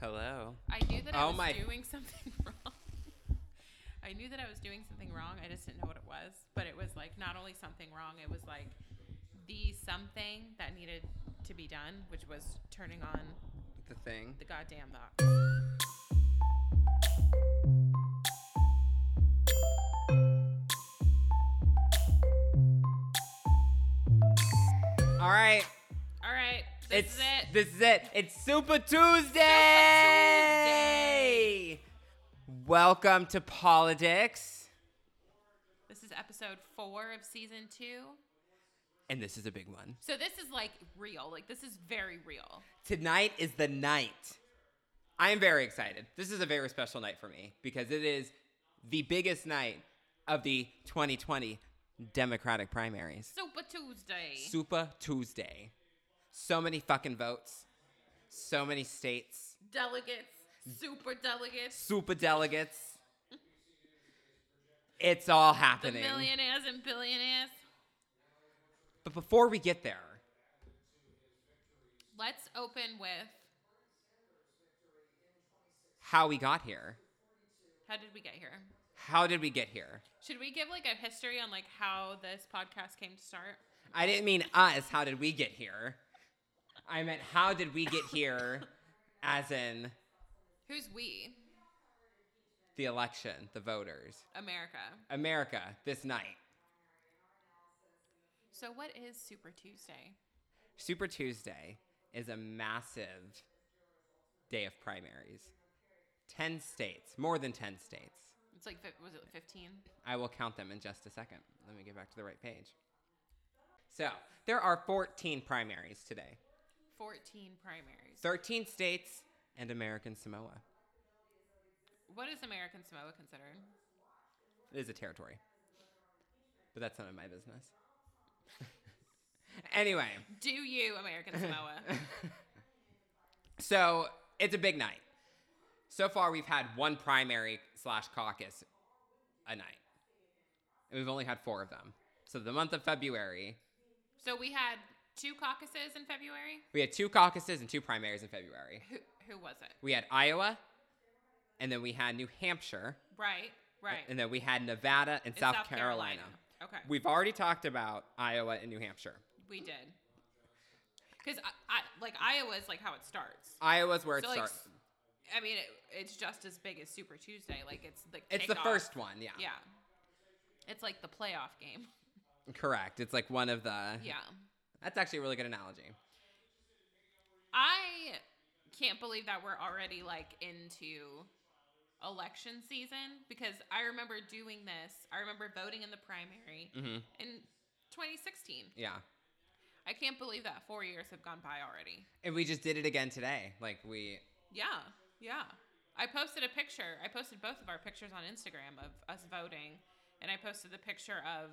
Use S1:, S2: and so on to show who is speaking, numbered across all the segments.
S1: Hello.
S2: I knew that I
S1: Oh
S2: was
S1: my-
S2: doing something wrong. I knew that I was doing something wrong. I just didn't know what it was. But it was like not only something wrong, it was like the something that needed to be done, which was turning on
S1: The thing.
S2: the goddamn knock.
S1: All right.
S2: All right, this
S1: it's
S2: is it.
S1: This is it. It's Super Tuesday.
S2: Tuesday.
S1: Welcome to politics,
S2: this is episode four of season two.
S1: and this is a big one.
S2: So this is like real. Like this is very real.
S1: Tonight is the night. I am very excited. This is a very special night for me because it is the biggest night of the 2020 Democratic primaries.
S2: Super Tuesday.
S1: Super Tuesday. So many fucking votes. So many states.
S2: delegates. Super delegates.
S1: Super delegates. It's all
S2: The
S1: happening.
S2: millionaires and billionaires.
S1: But before we get there,
S2: Let's open with
S1: how we got here.
S2: how did we get here?
S1: How did we get here?
S2: Should we give like a history on like how this podcast came to start?
S1: I didn't mean us. How did we get here? I meant how did we get here as in
S2: Who's we?
S1: the election, the voters,
S2: America.
S1: America this night.
S2: So what is Super Tuesday?
S1: Super Tuesday is a massive day of primaries. 10 states, more than 10 states.
S2: It's like fif- was it 15?
S1: I will count them in just a second. Let me get back to the right page. So, there are 14 primaries today.
S2: 14 primaries.
S1: 13 states and American Samoa.
S2: What is American Samoa considered?
S1: It is a territory. But that's none of my business. anyway,
S2: Do you American Samoa?
S1: so it's a big night. So far, we've had one primary slash caucus a night. And we've only had four of them. So the month of February,
S2: so we had two caucuses in February.
S1: we had two caucuses and two primaries in February.
S2: Who who was it?
S1: We had Iowa, and then we had New Hampshire,
S2: Right, right.
S1: and then we had Nevada and
S2: In
S1: South, Carolina.
S2: Okay.
S1: We've already talked about Iowa and New Hampshire.
S2: We did. Because I, I like Iowa is like how it starts.
S1: Iowa's where it
S2: So, like,
S1: starts.
S2: s- I mean, it, it's just as big as Super Tuesday. Like it's the
S1: It's the
S2: kickoff.
S1: first one, yeah.
S2: Yeah. It's like the playoff game.
S1: Correct. It's like one of the.
S2: Yeah.
S1: That's actually a really good analogy.
S2: I can't believe that we're already like into election season because I remember doing this. I remember voting in the primary in 2016.
S1: Yeah.
S2: I can't believe that 4 years have gone by already.
S1: And we just did it again today. Like we.
S2: Yeah, yeah. I posted a picture. I posted both of our pictures on Instagram of us voting, and I posted the picture of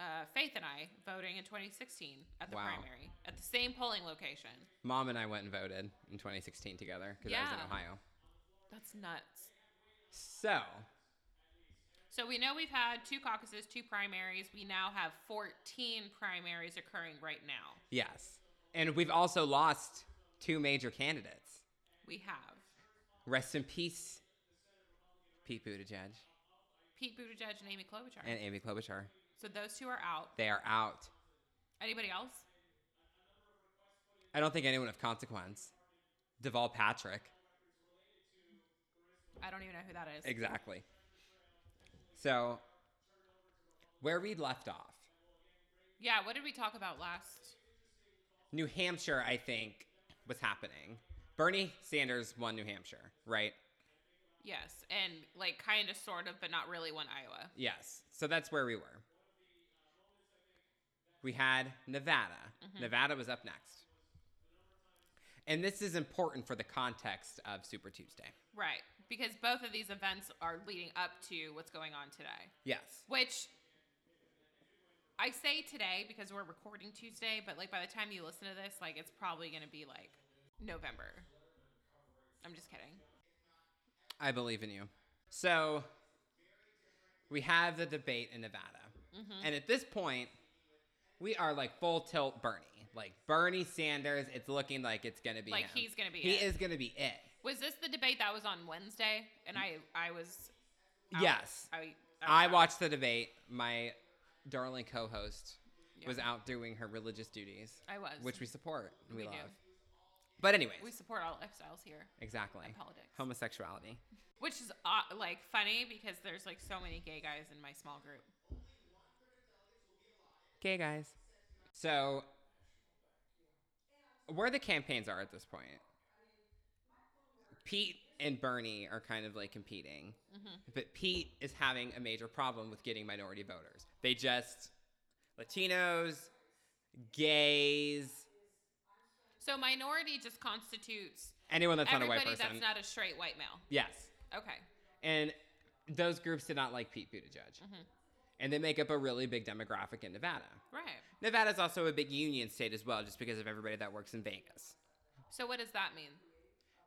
S2: uh, Faith and I voting in 2016 at the
S1: Wow.
S2: primary at the same polling location.
S1: Mom and I went and voted in 2016 together because I was
S2: Yeah.
S1: in Ohio.
S2: That's nuts.
S1: So,
S2: So we know we've had two caucuses, two primaries. We now have 14 primaries occurring right now.
S1: yes. And we've also lost two major candidates.
S2: We have
S1: Rest in peace, Pete Buttigieg
S2: Pete Buttigieg and Amy Klobuchar.
S1: and Amy Klobuchar.
S2: so those two are out.
S1: They are out.
S2: Anybody else?
S1: I don't think anyone of consequence. Deval Patrick.
S2: I don't even know who that is.
S1: Exactly. So, where we left off,
S2: yeah. What did we talk about last?
S1: New Hampshire, I think, was happening. Bernie Sanders won New Hampshire, right?
S2: Yes, and like kind of, sort of, but not really one Iowa.
S1: Yes. So that's where we were. We had Nevada. Nevada was up next. And this is important for the context of Super Tuesday.
S2: Right, because both of these events are leading up to what's going on today,
S1: Yes.
S2: which I say today because we're recording Tuesday, but like by the time you listen to this, like it's probably going to be like November. I'm just kidding.
S1: I believe in you. So we have
S2: Mm-hmm.
S1: the debate in Nevada. And at this point, we are like full tilt Bernie. Like Bernie Sanders, it's looking like it's gonna be
S2: Like
S1: him.
S2: he's gonna be
S1: He
S2: it.
S1: is gonna be it.
S2: Was this the debate that was on Wednesday? And I, I was. out.
S1: Yes.
S2: I, was
S1: I
S2: out.
S1: watched the debate. My darling co-host
S2: Yeah.
S1: was out doing her religious duties,
S2: I was.
S1: which we support. and We,
S2: We do.
S1: love. But anyways,
S2: we support all lifestyles here,
S1: exactly.
S2: politics.
S1: Homosexuality.
S2: which is uh, like funny because there's like so many gay guys in my small group.
S1: Okay, guys. So, where the campaigns are at this point, Pete and Bernie are kind of like competing,
S2: Mm-hmm.
S1: but Pete is having a major problem with getting minority voters. They just Latinos, gays,
S2: So minority just constitutes
S1: anyone that's not a white
S2: everybody
S1: person.
S2: that's not a straight white male.
S1: yes.
S2: Okay.
S1: And those groups did not like Pete Buttigieg.
S2: Mm-hmm.
S1: And they make up a really big demographic in Nevada.
S2: Right.
S1: Nevada's also a big union state as well, just because of everybody that works in Vegas.
S2: So what does that mean?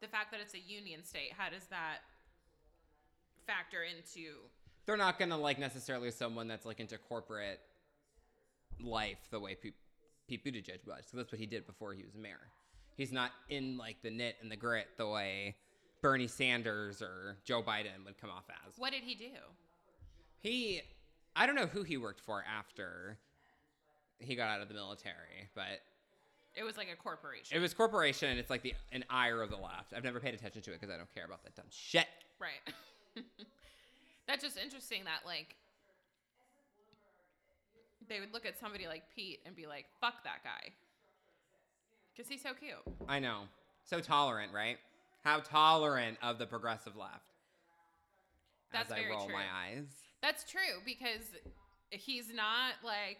S2: The fact that it's a union state, how does that factor into
S1: They're not going to like necessarily someone that's like into corporate life the way Pete, Pete Buttigieg was. So that's what he did before he was mayor. He's not in like the knit and the grit the way Bernie Sanders or Joe Biden would come off as.
S2: what did he do?
S1: He, I don't know who he worked for after he got out of the military, but
S2: It was like a corporation.
S1: It was corporation, and it's like the an ire of the left. I've never paid attention to it because I don't care about that dumb shit.
S2: right. That's just interesting that like they would look at somebody like Pete and be like, "Fuck that guy." Cuz he's so cute.
S1: I know, so tolerant, right? How tolerant of the progressive left.
S2: That's
S1: As I
S2: very
S1: roll
S2: true.
S1: my eyes,
S2: That's true because he's not like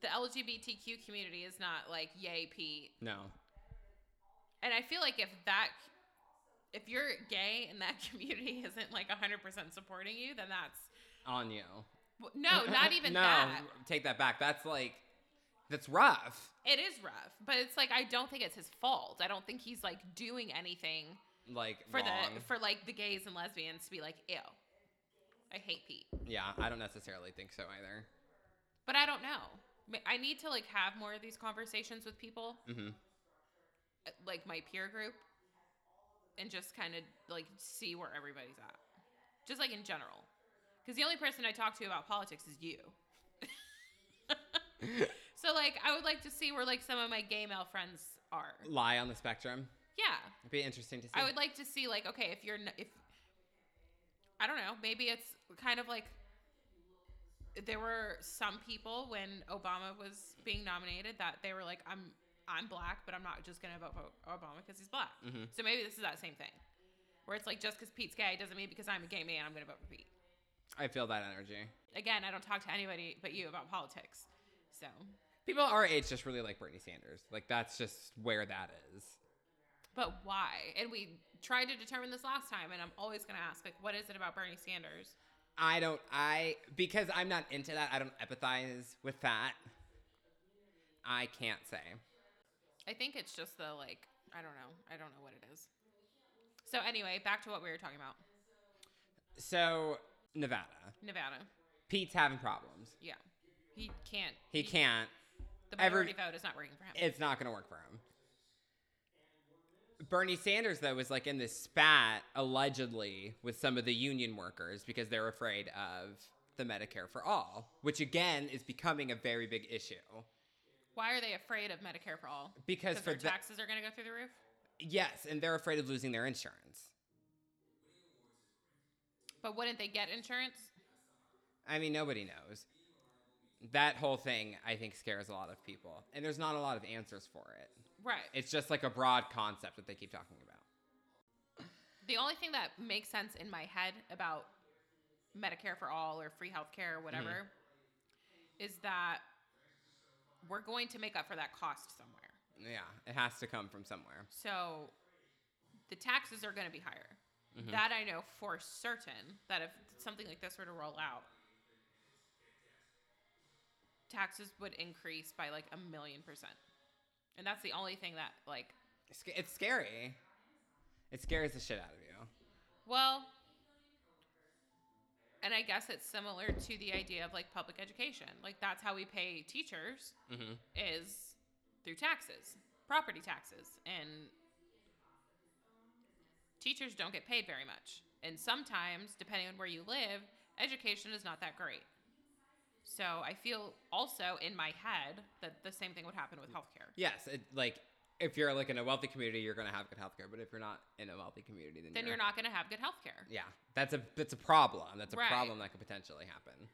S2: the LGBTQ community is not like yay Pete.
S1: no,
S2: And I feel like if that if you're gay and that community isn't like 100% supporting you, then that's
S1: on you.
S2: w- no, not even
S1: no,
S2: that.
S1: take that back. That's like, that's rough.
S2: It is rough, but it's like I don't think it's his fault. I don't think he's like doing anything
S1: Like
S2: for
S1: wrong.
S2: the for like the gays and lesbians to be like, "Ew. I hate Pete."
S1: yeah, I don't necessarily think so either.
S2: But I don't know. Ma- I need to like have more of these conversations with people,
S1: Mhm.
S2: uh, like my peer group, and just kind of like see where everybody's at, just like in general. Because the only person I talk to about politics is you. so like, I would like to see where like some of my gay male friends are.
S1: Lie on the spectrum.
S2: Yeah.
S1: It'd be interesting to see.
S2: I would like to see like okay if you're n- if I don't know maybe it's kind of like there were some people when Obama was being nominated that they were like I'm I'm black but I'm not just gonna vote for Obama because he's black
S1: Mhm.
S2: so maybe this is that same thing where it's like just because Pete's gay doesn't mean because I'm a gay man I'm gonna vote for Pete
S1: I feel that energy.
S2: again I don't talk to anybody but you about politics so
S1: People our age just really like Bernie Sanders. Like that's just where that is.
S2: but why and we tried to determine this last time and I'm always gonna ask like what is it about Bernie Sanders
S1: I don't I because I'm not into that, I don't empathize with that. I can't say.
S2: I think it's just the like I don't know. I don't know what it is. So anyway, back to what we were talking about.
S1: So Nevada.
S2: Nevada.
S1: Pete's having problems.
S2: Yeah. He can't
S1: He can't.
S2: the
S1: every-
S2: majority vote is not working for him.
S1: It's not gonna work for him. Bernie Sanders though was like in this spat allegedly with some of the union workers because they're afraid of the Medicare for all, which again is becoming a very big issue.
S2: Why are they afraid of Medicare for all?
S1: Because
S2: Because
S1: for
S2: their
S1: that
S2: taxes are gonna go through the roof?
S1: Yes, and they're afraid of losing their insurance.
S2: But wouldn't they get insurance?
S1: I mean, nobody knows. That whole thing, I think, scares a lot of people, and there's not a lot of answers for it.
S2: Right.
S1: It's just like a broad concept that they keep talking about.
S2: the only thing that makes sense in my head about Medicare for all or free health
S1: Mm-hmm.
S2: care or whatever is that we're going to make up for that cost somewhere.
S1: Yeah, it has to come from somewhere.
S2: So the taxes are going to be higher. That I know for certain that if something like this were to roll out, taxes would increase by like a million percent. And that's the only thing that, like,
S1: It's, sc- it's scary. It scares the shit out of you.
S2: well, And I guess it's similar to the idea of like public education. Like that's how we pay teachers
S1: Mm-hmm.
S2: is through taxes, property taxes, and teachers don't get paid very much. And sometimes, depending on where you live, education is not that great. So I feel also in my head that the same thing would happen with healthcare.
S1: Yes, it, like if you're like in a wealthy community, you're gonna have good healthcare. But if you're not in a wealthy community, then,
S2: Then you're not going to have good healthcare.
S1: Yeah, that's a that's a problem. That's a
S2: Right.
S1: problem that could potentially happen.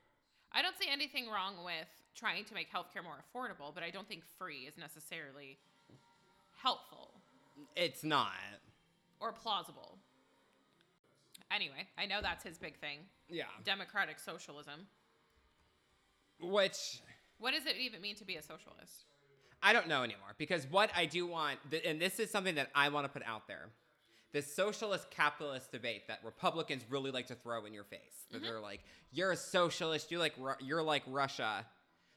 S2: I don't see anything wrong with trying to make healthcare more affordable, but I don't think free is necessarily helpful
S1: It's not.
S2: or plausible. Anyway, I know that's his big thing
S1: Yeah.
S2: democratic socialism.
S1: Which
S2: What does it even mean to be a socialist?
S1: I don't know anymore because what I do want, th- and this is something that I want to put out there this socialist capitalist debate that Republicans really like to throw in your face. That
S2: Mm-hmm.
S1: they're like, you're a socialist, you like Ru- you're like Russia.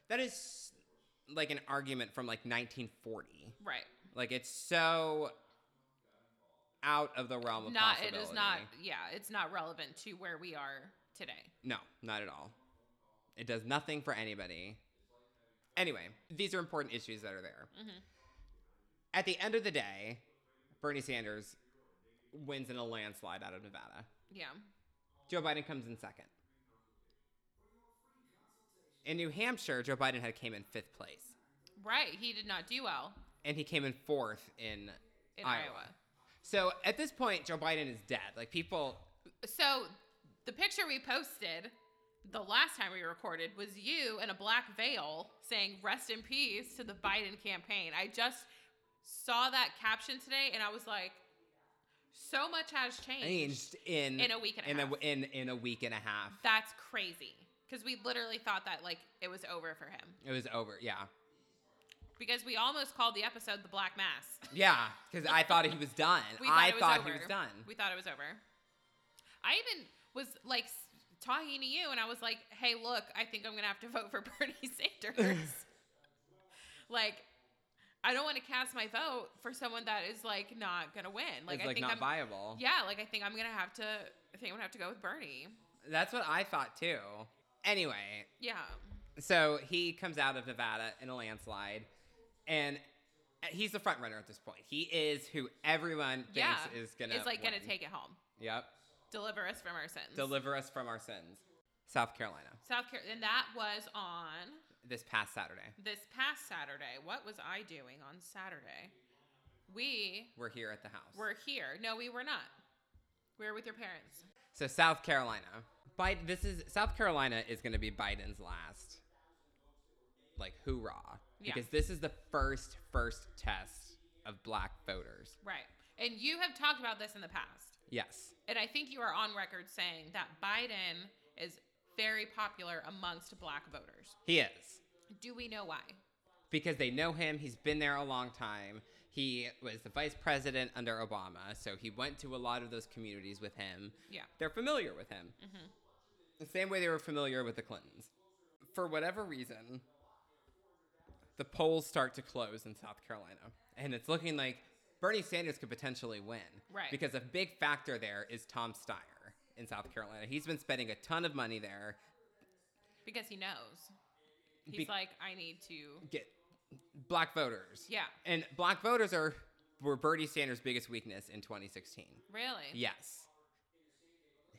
S1: That is like an argument from like 1940.
S2: Right.
S1: Like it's so out of the realm of
S2: Not it
S1: possibility.
S2: is not yeah, it's not relevant to where we are today.
S1: No, not at all. It does nothing for anybody. Anyway, these are important issues that are there.
S2: Mm-hmm.
S1: At the end of the day, Bernie Sanders wins in a landslide out of Nevada.
S2: Yeah.
S1: Joe Biden comes in second. In New Hampshire, Joe Biden had came in fifth place,
S2: Right. He did not do well
S1: and he came in fourth in,
S2: in Iowa.
S1: So at this point, Joe Biden is dead. Like people,
S2: So the picture we posted the last time we recorded was you in a black veil saying rest in peace to the Biden campaign. I just saw that caption today and I was like, so much has changed.
S1: changed in
S2: In a week and a
S1: in
S2: half.
S1: in in a week and a half.
S2: That's crazy. Because we literally thought that like it was over for him.
S1: It was over. Yeah,
S2: Because we almost called the episode the Black Mass.
S1: yeah. Because I thought he was done.
S2: We
S1: I
S2: it was
S1: thought
S2: over.
S1: he was done.
S2: We thought it was over. I even was like s- talking to you, and I was like, "Hey, look, I think I'm gonna have to vote for Bernie Sanders." like, I don't want to cast my vote for someone that is like not gonna win. Like,
S1: it's
S2: I
S1: like
S2: think
S1: not
S2: I'm.
S1: viable.
S2: yeah, like I think I'm gonna have to. I think I'm gonna have to go with Bernie.
S1: That's what I thought too. Anyway,
S2: Yeah.
S1: so he comes out of Nevada in a landslide, and he's the front runner at this point. He is who everyone thinks
S2: Yeah.
S1: is gonna
S2: It's like gonna
S1: win.
S2: take it home.
S1: Yep,
S2: Deliver us from our sins.
S1: deliver us from our sins. South Carolina,
S2: South Carolina, and that was on
S1: this past Saturday.
S2: this past Saturday. What was I doing on Saturday? We
S1: We're here at the house.
S2: were here. No, we were not. We were with your parents.
S1: So South Carolina, Biden. This is South Carolina is going to be Biden's last, like hoorah,
S2: Yeah.
S1: because this is the first first test of black voters.
S2: Right. And you have talked about this in the past.
S1: Yes,
S2: And I think you are on record saying that Biden is very popular amongst black voters.
S1: he is
S2: Do we know why?
S1: because they know him. He's been there a long time. He was the vice president under Obama, so he went to a lot of those communities with him.
S2: Yeah. Mm-hmm.
S1: They're familiar with him. The same way they were familiar with the Clintons. For whatever reason, the polls start to close in South Carolina. And it's looking like Bernie Sanders could potentially win.
S2: Right.
S1: Because a big factor there is Tom Steyer in South Carolina. He's been spending a ton of money there.
S2: Because he knows. He's
S1: Be-
S2: like, I need to.
S1: Get black voters.
S2: Yeah.
S1: And black voters are were Bernie Sanders' biggest weakness in 2016.
S2: Really?
S1: Yes.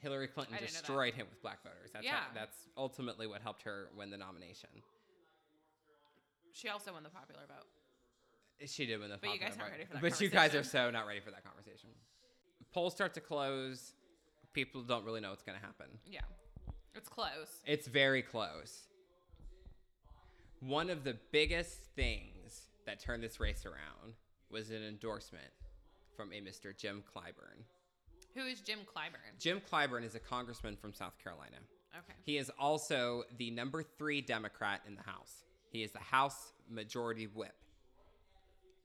S1: Hillary Clinton
S2: I didn't know that.
S1: destroyed him with black voters. That's how,
S2: Yeah.
S1: that's ultimately what helped her win the nomination.
S2: She also won the popular vote.
S1: She did win the
S2: But you
S1: popular
S2: guys
S1: vote.
S2: aren't ready for that
S1: But you guys are
S2: conversation.
S1: so not ready for that conversation. Polls start to close. People don't really know what's going to happen.
S2: Yeah. It's close.
S1: It's very close. One of the biggest things that turned this race around was an endorsement from a Mr. Jim Clyburn.
S2: Who is Jim Clyburn?
S1: Jim Clyburn is a congressman from South Carolina.
S2: Okay.
S1: He is also the number three Democrat in the House. He is the House Majority Whip.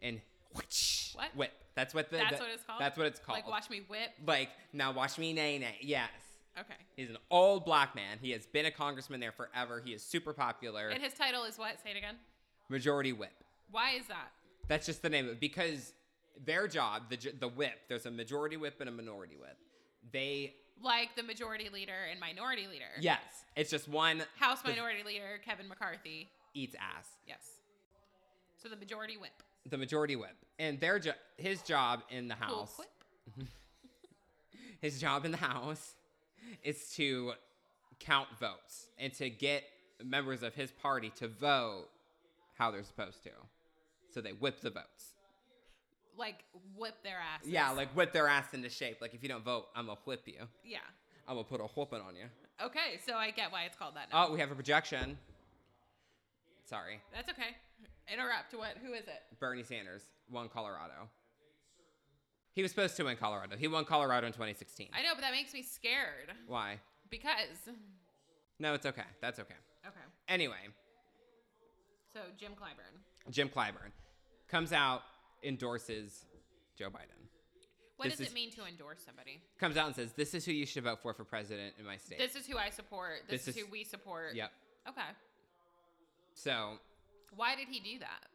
S1: And whoosh,
S2: What?
S1: whip. That's what the
S2: That's
S1: the-
S2: what it's called?
S1: That's what it's called.
S2: Like, watch me whip.
S1: Like, now watch me nay nay. Yes.
S2: Okay.
S1: He's an old black man. He has been a congressman there forever. He is super popular.
S2: And his title is what? Say it again.
S1: Majority Whip.
S2: Why is that?
S1: That's just the name of it because their job, the j- the whip. There's a majority whip and a minority whip. They
S2: like the majority leader and minority leader.
S1: Yes, it's just one
S2: House
S1: the-
S2: Minority Leader Kevin McCarthy.
S1: eats ass.
S2: Yes. So the majority whip.
S1: The majority whip, and their jo- his job in the
S2: Cool
S1: house,
S2: whip.
S1: his job in the house, is to count votes and to get members of his party to vote how they're supposed to. So they whip the votes.
S2: Like whip their asses.
S1: Yeah, like whip their ass into shape. Like if you don't vote, I'm gonna whip you.
S2: Yeah.
S1: I'm gonna put a whooping on you.
S2: Okay, so I get why it's called that now.
S1: Oh, we have a projection. Sorry,
S2: That's okay. Interrupt. What? Who is it?
S1: Bernie Sanders won Colorado. He was supposed to win Colorado. He won Colorado in 2016.
S2: I know, but that makes me scared
S1: Why?
S2: because.
S1: No, it's okay. That's okay.
S2: Okay.
S1: Anyway,
S2: So Jim Clyburn.
S1: Jim Clyburn comes out, endorses Joe Biden.
S2: What
S1: This
S2: does
S1: is-
S2: it mean to endorse somebody?
S1: Comes out and says, "This is who you should vote for for president in my state."
S2: This is who I support. This,
S1: This
S2: is,
S1: is-
S2: who we support.
S1: yep.
S2: Okay.
S1: So
S2: Why did he do that?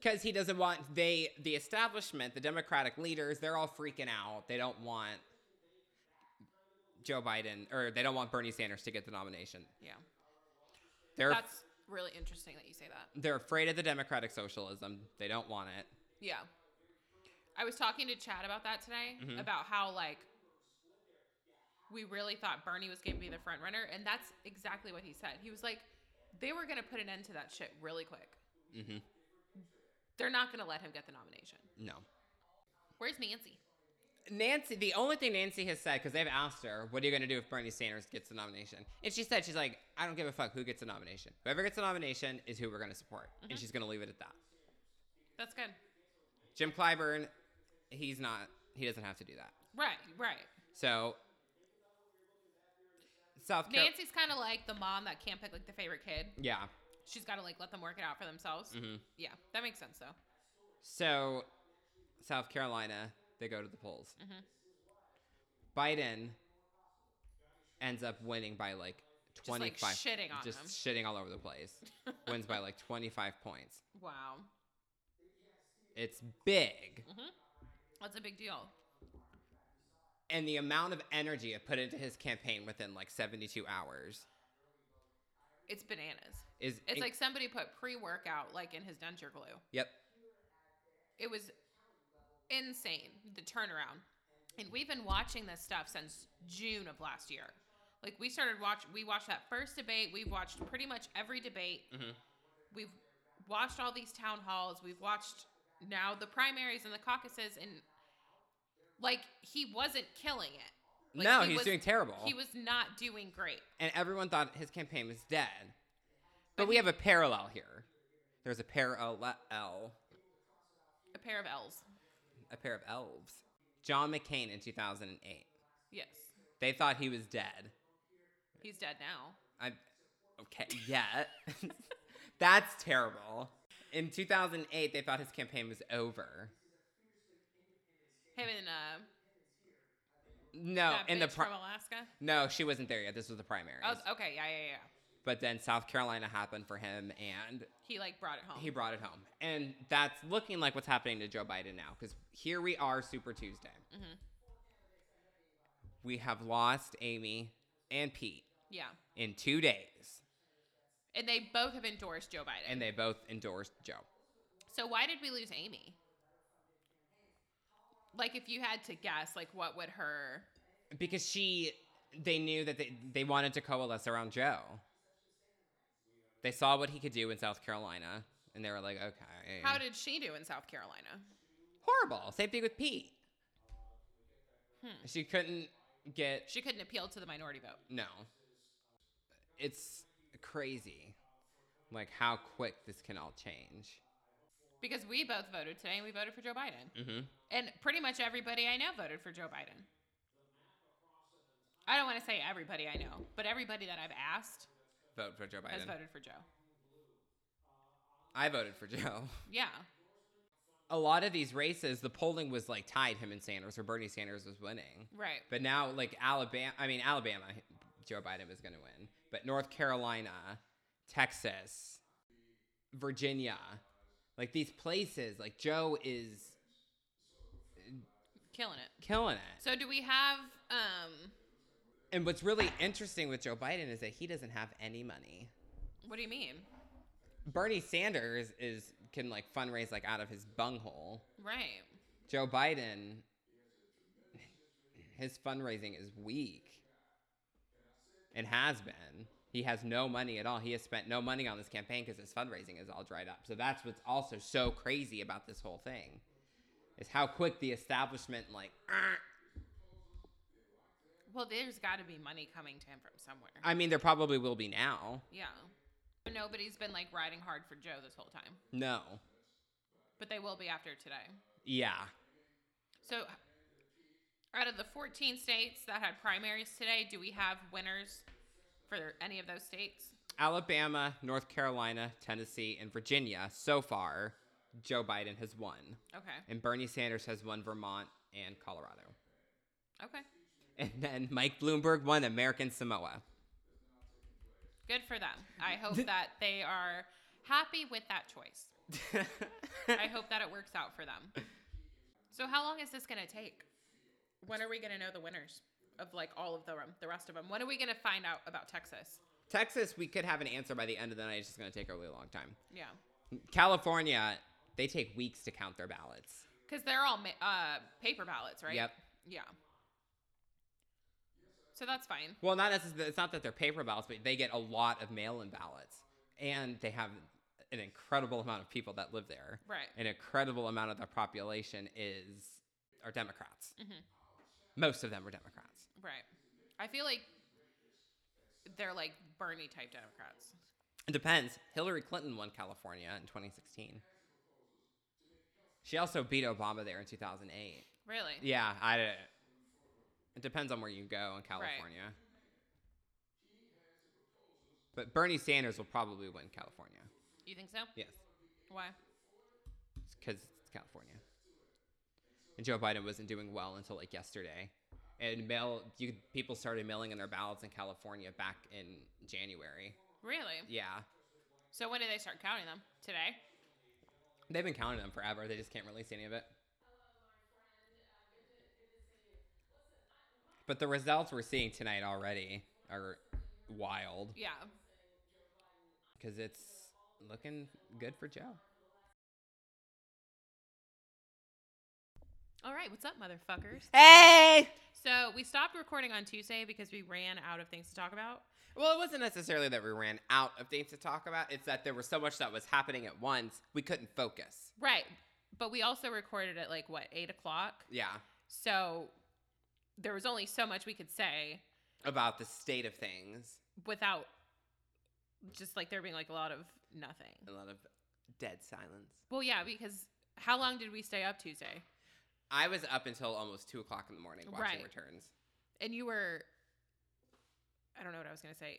S1: because he doesn't want they the establishment the democratic leaders they're all freaking out they don't want joe biden or they don't want bernie sanders to get the nomination
S2: Yeah.
S1: they're
S2: That's really interesting that you say that.
S1: they're afraid of the democratic socialism they don't want it
S2: Yeah. I was talking to Chad about that today about how like we really thought Bernie was going to be the front runner and that's exactly what he said. He was like they were going to put an end to that shit really quick.
S1: Mhm.
S2: They're not going to let him get the nomination.
S1: no
S2: Where's Nancy?
S1: nancy the only thing nancy has said because they've asked her what are you going to do if bernie sanders gets the nomination and she said she's like i don't give a fuck who gets the nomination whoever gets the nomination is who we're going to support and she's going to leave it at that
S2: That's good.
S1: jim clyburn he's not he doesn't have to do that
S2: Right, right.
S1: So South Carolina.
S2: Nancy's kind of like the mom that can't pick like the favorite kid.
S1: Yeah.
S2: She's got to like let them work it out for themselves.
S1: Mhm.
S2: Yeah, that makes sense though.
S1: So South Carolina, they go to the polls.
S2: Mhm. Mm-hmm.
S1: Biden ends up winning by like
S2: Just
S1: 25
S2: like shitting on
S1: just
S2: them.
S1: shitting all over the place. Wins by like 25 points.
S2: Wow.
S1: It's big.
S2: Mm-hmm. That's a big deal.
S1: And the amount of energy it put into his campaign within like 72 hours
S2: It's bananas.
S1: is
S2: It's
S1: in-
S2: like somebody put pre-workout like in his denture glue.
S1: yep.
S2: It was insane the turnaround. And we've been watching this stuff since June of last year. Like we started watch we watched that first debate. We've watched pretty much every debate.
S1: Mhm.
S2: We've watched all these town halls. We've watched now the primaries and the caucuses and like he wasn't killing it. Like,
S1: no,
S2: he
S1: he's
S2: was-
S1: doing terrible.
S2: He was not doing great.
S1: and everyone thought his campaign was dead. But,
S2: But
S1: we
S2: he-
S1: have a parallel here. There's a parallel,
S2: A pair of L's.
S1: a pair of elves. John McCain in 2008.
S2: Yes.
S1: They thought he was dead.
S2: He's dead now.
S1: I, okay, yeah, that's terrible. In 2008, they thought his campaign was over.
S2: Him and uh,
S1: No,
S2: that
S1: in Oh, the
S2: bitch
S1: pri-
S2: from Alaska.
S1: no, she wasn't there yet. This was the primary.
S2: Oh, okay, yeah, yeah, yeah.
S1: but then South Carolina happened for him, and
S2: He like brought it home.
S1: he brought it home. And that's looking like what's happening to Joe Biden now, because here we are, Super Tuesday.
S2: Mhm.
S1: We have lost Amy and Pete
S2: yeah,
S1: in two days,
S2: and they both have endorsed Joe Biden.
S1: and they both endorsed Joe.
S2: so why did we lose Amy? Like, if you had to guess, like, what would her?
S1: Because she, they knew that they, they wanted to coalesce around Joe. They saw what he could do in South Carolina, and they were like, okay.
S2: How did she do in South Carolina?
S1: Horrible. Same thing with Pete.
S2: Hmm.
S1: She couldn't get
S2: She couldn't appeal to the minority vote.
S1: No. It's crazy. Like how quick this can all change.
S2: Because we both voted today and we voted for Joe Biden.
S1: Mm-hmm.
S2: And pretty much everybody I know voted for Joe Biden. I don't want to say everybody I know, but everybody that I've asked
S1: Vote for Joe
S2: has
S1: Biden.
S2: voted for Joe.
S1: I voted for Joe.
S2: Yeah.
S1: A lot of these races, the polling was like tied him and Sanders, or Bernie Sanders was winning.
S2: Right.
S1: But now, like Alabama, I mean, Alabama, Joe Biden was going to win. But North Carolina, Texas, Virginia, like these places, like Joe is
S2: Killing it.
S1: killing it.
S2: So do we have Um,
S1: And what's really interesting with Joe Biden is that he doesn't have any money.
S2: what do you mean?
S1: Bernie Sanders is can like fundraise like out of his bunghole.
S2: Right.
S1: Joe Biden, his fundraising is weak. It has been. He has no money at all. He has spent no money on this campaign because his fundraising is all dried up. So that's what's also so crazy about this whole thing, is how quick the establishment like. "Ah."
S2: Well, there's got to be money coming to him from somewhere.
S1: I mean, there probably will be now.
S2: yeah. But nobody's been like riding hard for Joe this whole time,
S1: No.
S2: but they will be after today.
S1: Yeah.
S2: So, out of the 14 states that had primaries today, do we have winners for any of those states?
S1: Alabama, North Carolina, Tennessee, and Virginia. So far, Joe Biden has won,
S2: Okay.
S1: and Bernie Sanders has won Vermont and Colorado.
S2: Okay.
S1: And then Mike Bloomberg won American Samoa.
S2: Good for them. I hope that they are happy with that choice. I hope that it works out for them. So, how long is this going to take? When are we going to know the winners of like all of the the rest of them? When are we going to find out about Texas?
S1: Texas, we could have an answer by the end of the night. It's just going to take a really long time.
S2: Yeah,
S1: California, they take weeks to count their ballots.
S2: because they're all ma- uh, paper ballots, right?
S1: Yep.
S2: Yeah. So that's fine.
S1: Well, not necessarily. It's not that they're paper ballots, but they get a lot of mail-in ballots, and they have an incredible amount of people that live there.
S2: Right.
S1: An incredible amount of the population is are Democrats.
S2: Mhm.
S1: Most of them are Democrats.
S2: Right. I feel like they're like Bernie type Democrats.
S1: It depends. Hillary Clinton won California in 2016. She also beat Obama there in 2008.
S2: Really?
S1: Yeah, I. It depends on where you go in California. But Bernie Sanders will probably win California.
S2: You think so?
S1: Yes,
S2: Why?
S1: because it's California. And Joe Biden wasn't doing well until like yesterday, and mail you, people started mailing in their ballots in California back in January.
S2: Really?
S1: Yeah,
S2: So when do they start counting them? Today?
S1: They've been counting them forever. They just can't release any of it. But the results we're seeing tonight already are wild
S2: Yeah.
S1: because it's looking good for Joe.
S2: All right. What's up, motherfuckers?
S1: Hey!
S2: So we stopped recording on Tuesday because we ran out of things to talk about.
S1: Well, it wasn't necessarily that we ran out of things to talk about, it's that there was so much that was happening at once, we couldn't focus.
S2: Right. But we also recorded at like what, eight o'clock?
S1: Yeah,
S2: So there was only so much we could say
S1: about the state of things.
S2: without just like there being like a lot of nothing.
S1: A lot of dead silence.
S2: Well, yeah, because how long did we stay up Tuesday?
S1: I was up until almost two o'clock in the morning watching
S2: Right.
S1: returns.
S2: And you were, I don't know what I was going to say.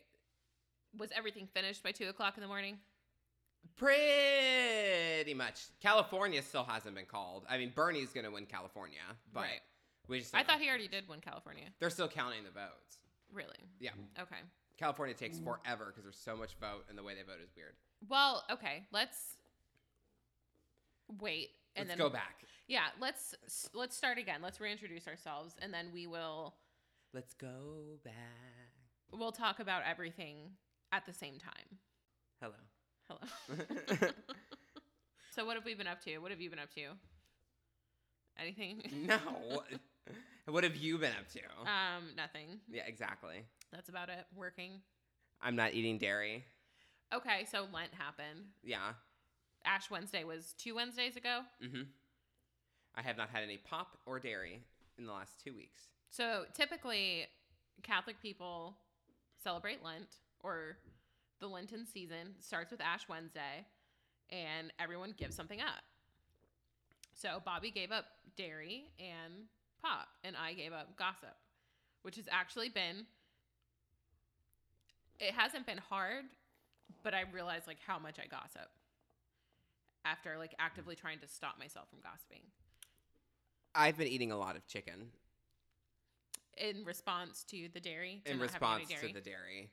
S2: Was everything finished by two o'clock in the morning?
S1: Pretty much. California still hasn't been called. I mean, Bernie's going to win California, but
S2: Right.
S1: we just.
S2: I thought he already did win California.
S1: They're still counting the votes.
S2: Really?
S1: Yeah,
S2: Okay.
S1: California
S2: Mm.
S1: takes forever because there's so much vote, and the way they vote is weird.
S2: Well, okay. Let's wait and
S1: Let's
S2: then
S1: go back.
S2: Yeah, let's let's start again. Let's reintroduce ourselves and then we will
S1: Let's go back.
S2: we'll talk about everything at the same time.
S1: Hello.
S2: Hello. so what have we been up to? What have you been up to? Anything?
S1: no. what have you been up to?
S2: um, nothing.
S1: yeah, exactly.
S2: That's about it. Working.
S1: I'm not eating dairy.
S2: Okay, so Lent happened.
S1: Yeah.
S2: Ash Wednesday was two Wednesdays ago.
S1: Mm-hmm. I have not had any pop or dairy in the last two weeks.
S2: So typically, Catholic people celebrate Lent or the Lenten season It starts with Ash Wednesday, and everyone gives something up. So Bobby gave up dairy and pop, and I gave up gossip, which has actually been. It hasn't been hard, but I realized like how much I gossip after like actively trying to stop myself from gossiping
S1: I've been eating a lot of chicken
S2: in response to the dairy. to
S1: in
S2: not having any
S1: response to the dairy.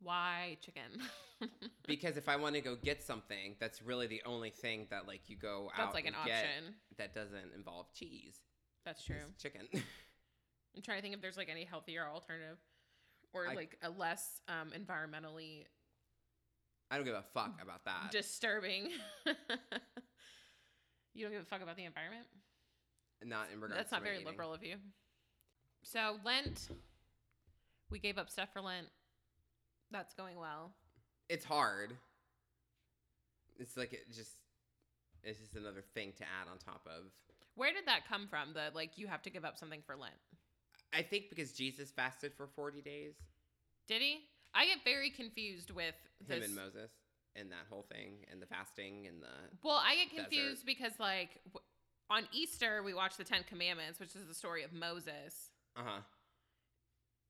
S2: why chicken?
S1: because if I want to go get something, that's really the only thing that like you go out
S2: That's like an
S1: and get
S2: option.
S1: that doesn't involve cheese.
S2: That's true.
S1: It's chicken.
S2: I'm trying to think if there's like any healthier alternative or
S1: I-
S2: like a less um, environmentally
S1: I don't give a fuck about that.
S2: disturbing. you don't give a fuck about the environment.
S1: not in regards.
S2: That's not
S1: to my
S2: very
S1: eating.
S2: liberal of you. So Lent, we gave up stuff for Lent. That's going well.
S1: It's hard. It's like it just. It's just another thing to add on top of.
S2: Where did that come from? The like you have to give up something for Lent.
S1: I think because Jesus fasted for forty days,
S2: Did he? I get very confused with
S1: him
S2: this.
S1: and Moses, and that whole thing, and the fasting, and the
S2: Well, I get
S1: Desert.
S2: confused because like w- on Easter we watch the Ten Commandments, which is the story of Moses,
S1: uh huh.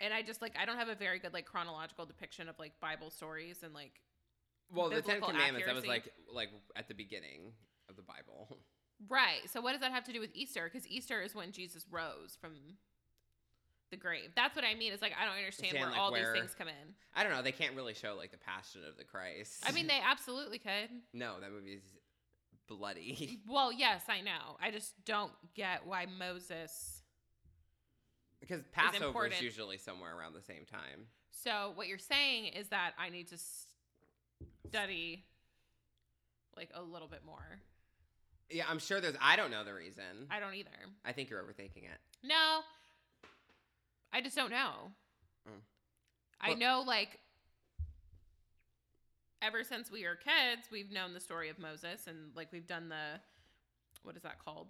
S2: and I just like I don't have a very good like chronological depiction of like Bible stories and like
S1: Well, the Ten
S2: Biblical
S1: Commandments. That was
S2: accuracy.
S1: like like at the beginning of the Bible.
S2: right. So what does that have to do with Easter? Because Easter is when Jesus rose from the grave. That's what I mean. It's like I don't understand
S1: Understand,
S2: where
S1: like,
S2: all
S1: where-
S2: these things come in.
S1: I don't know. They can't really show like the Passion of the Christ.
S2: I mean, they absolutely could.
S1: no, that movie is bloody.
S2: Well, yes, I know. I just don't get why Moses.
S1: Because Passover is
S2: important.
S1: usually somewhere around the same time.
S2: So what you're saying is that I need to study like a little bit more.
S1: Yeah, I'm sure there's. I don't know the reason. I,
S2: I don't either.
S1: think you're overthinking it.
S2: No. I just don't know.
S1: Mm.
S2: I
S1: Well-
S2: know like ever since we were kids, we've known the story of Moses and like we've done the what is that called?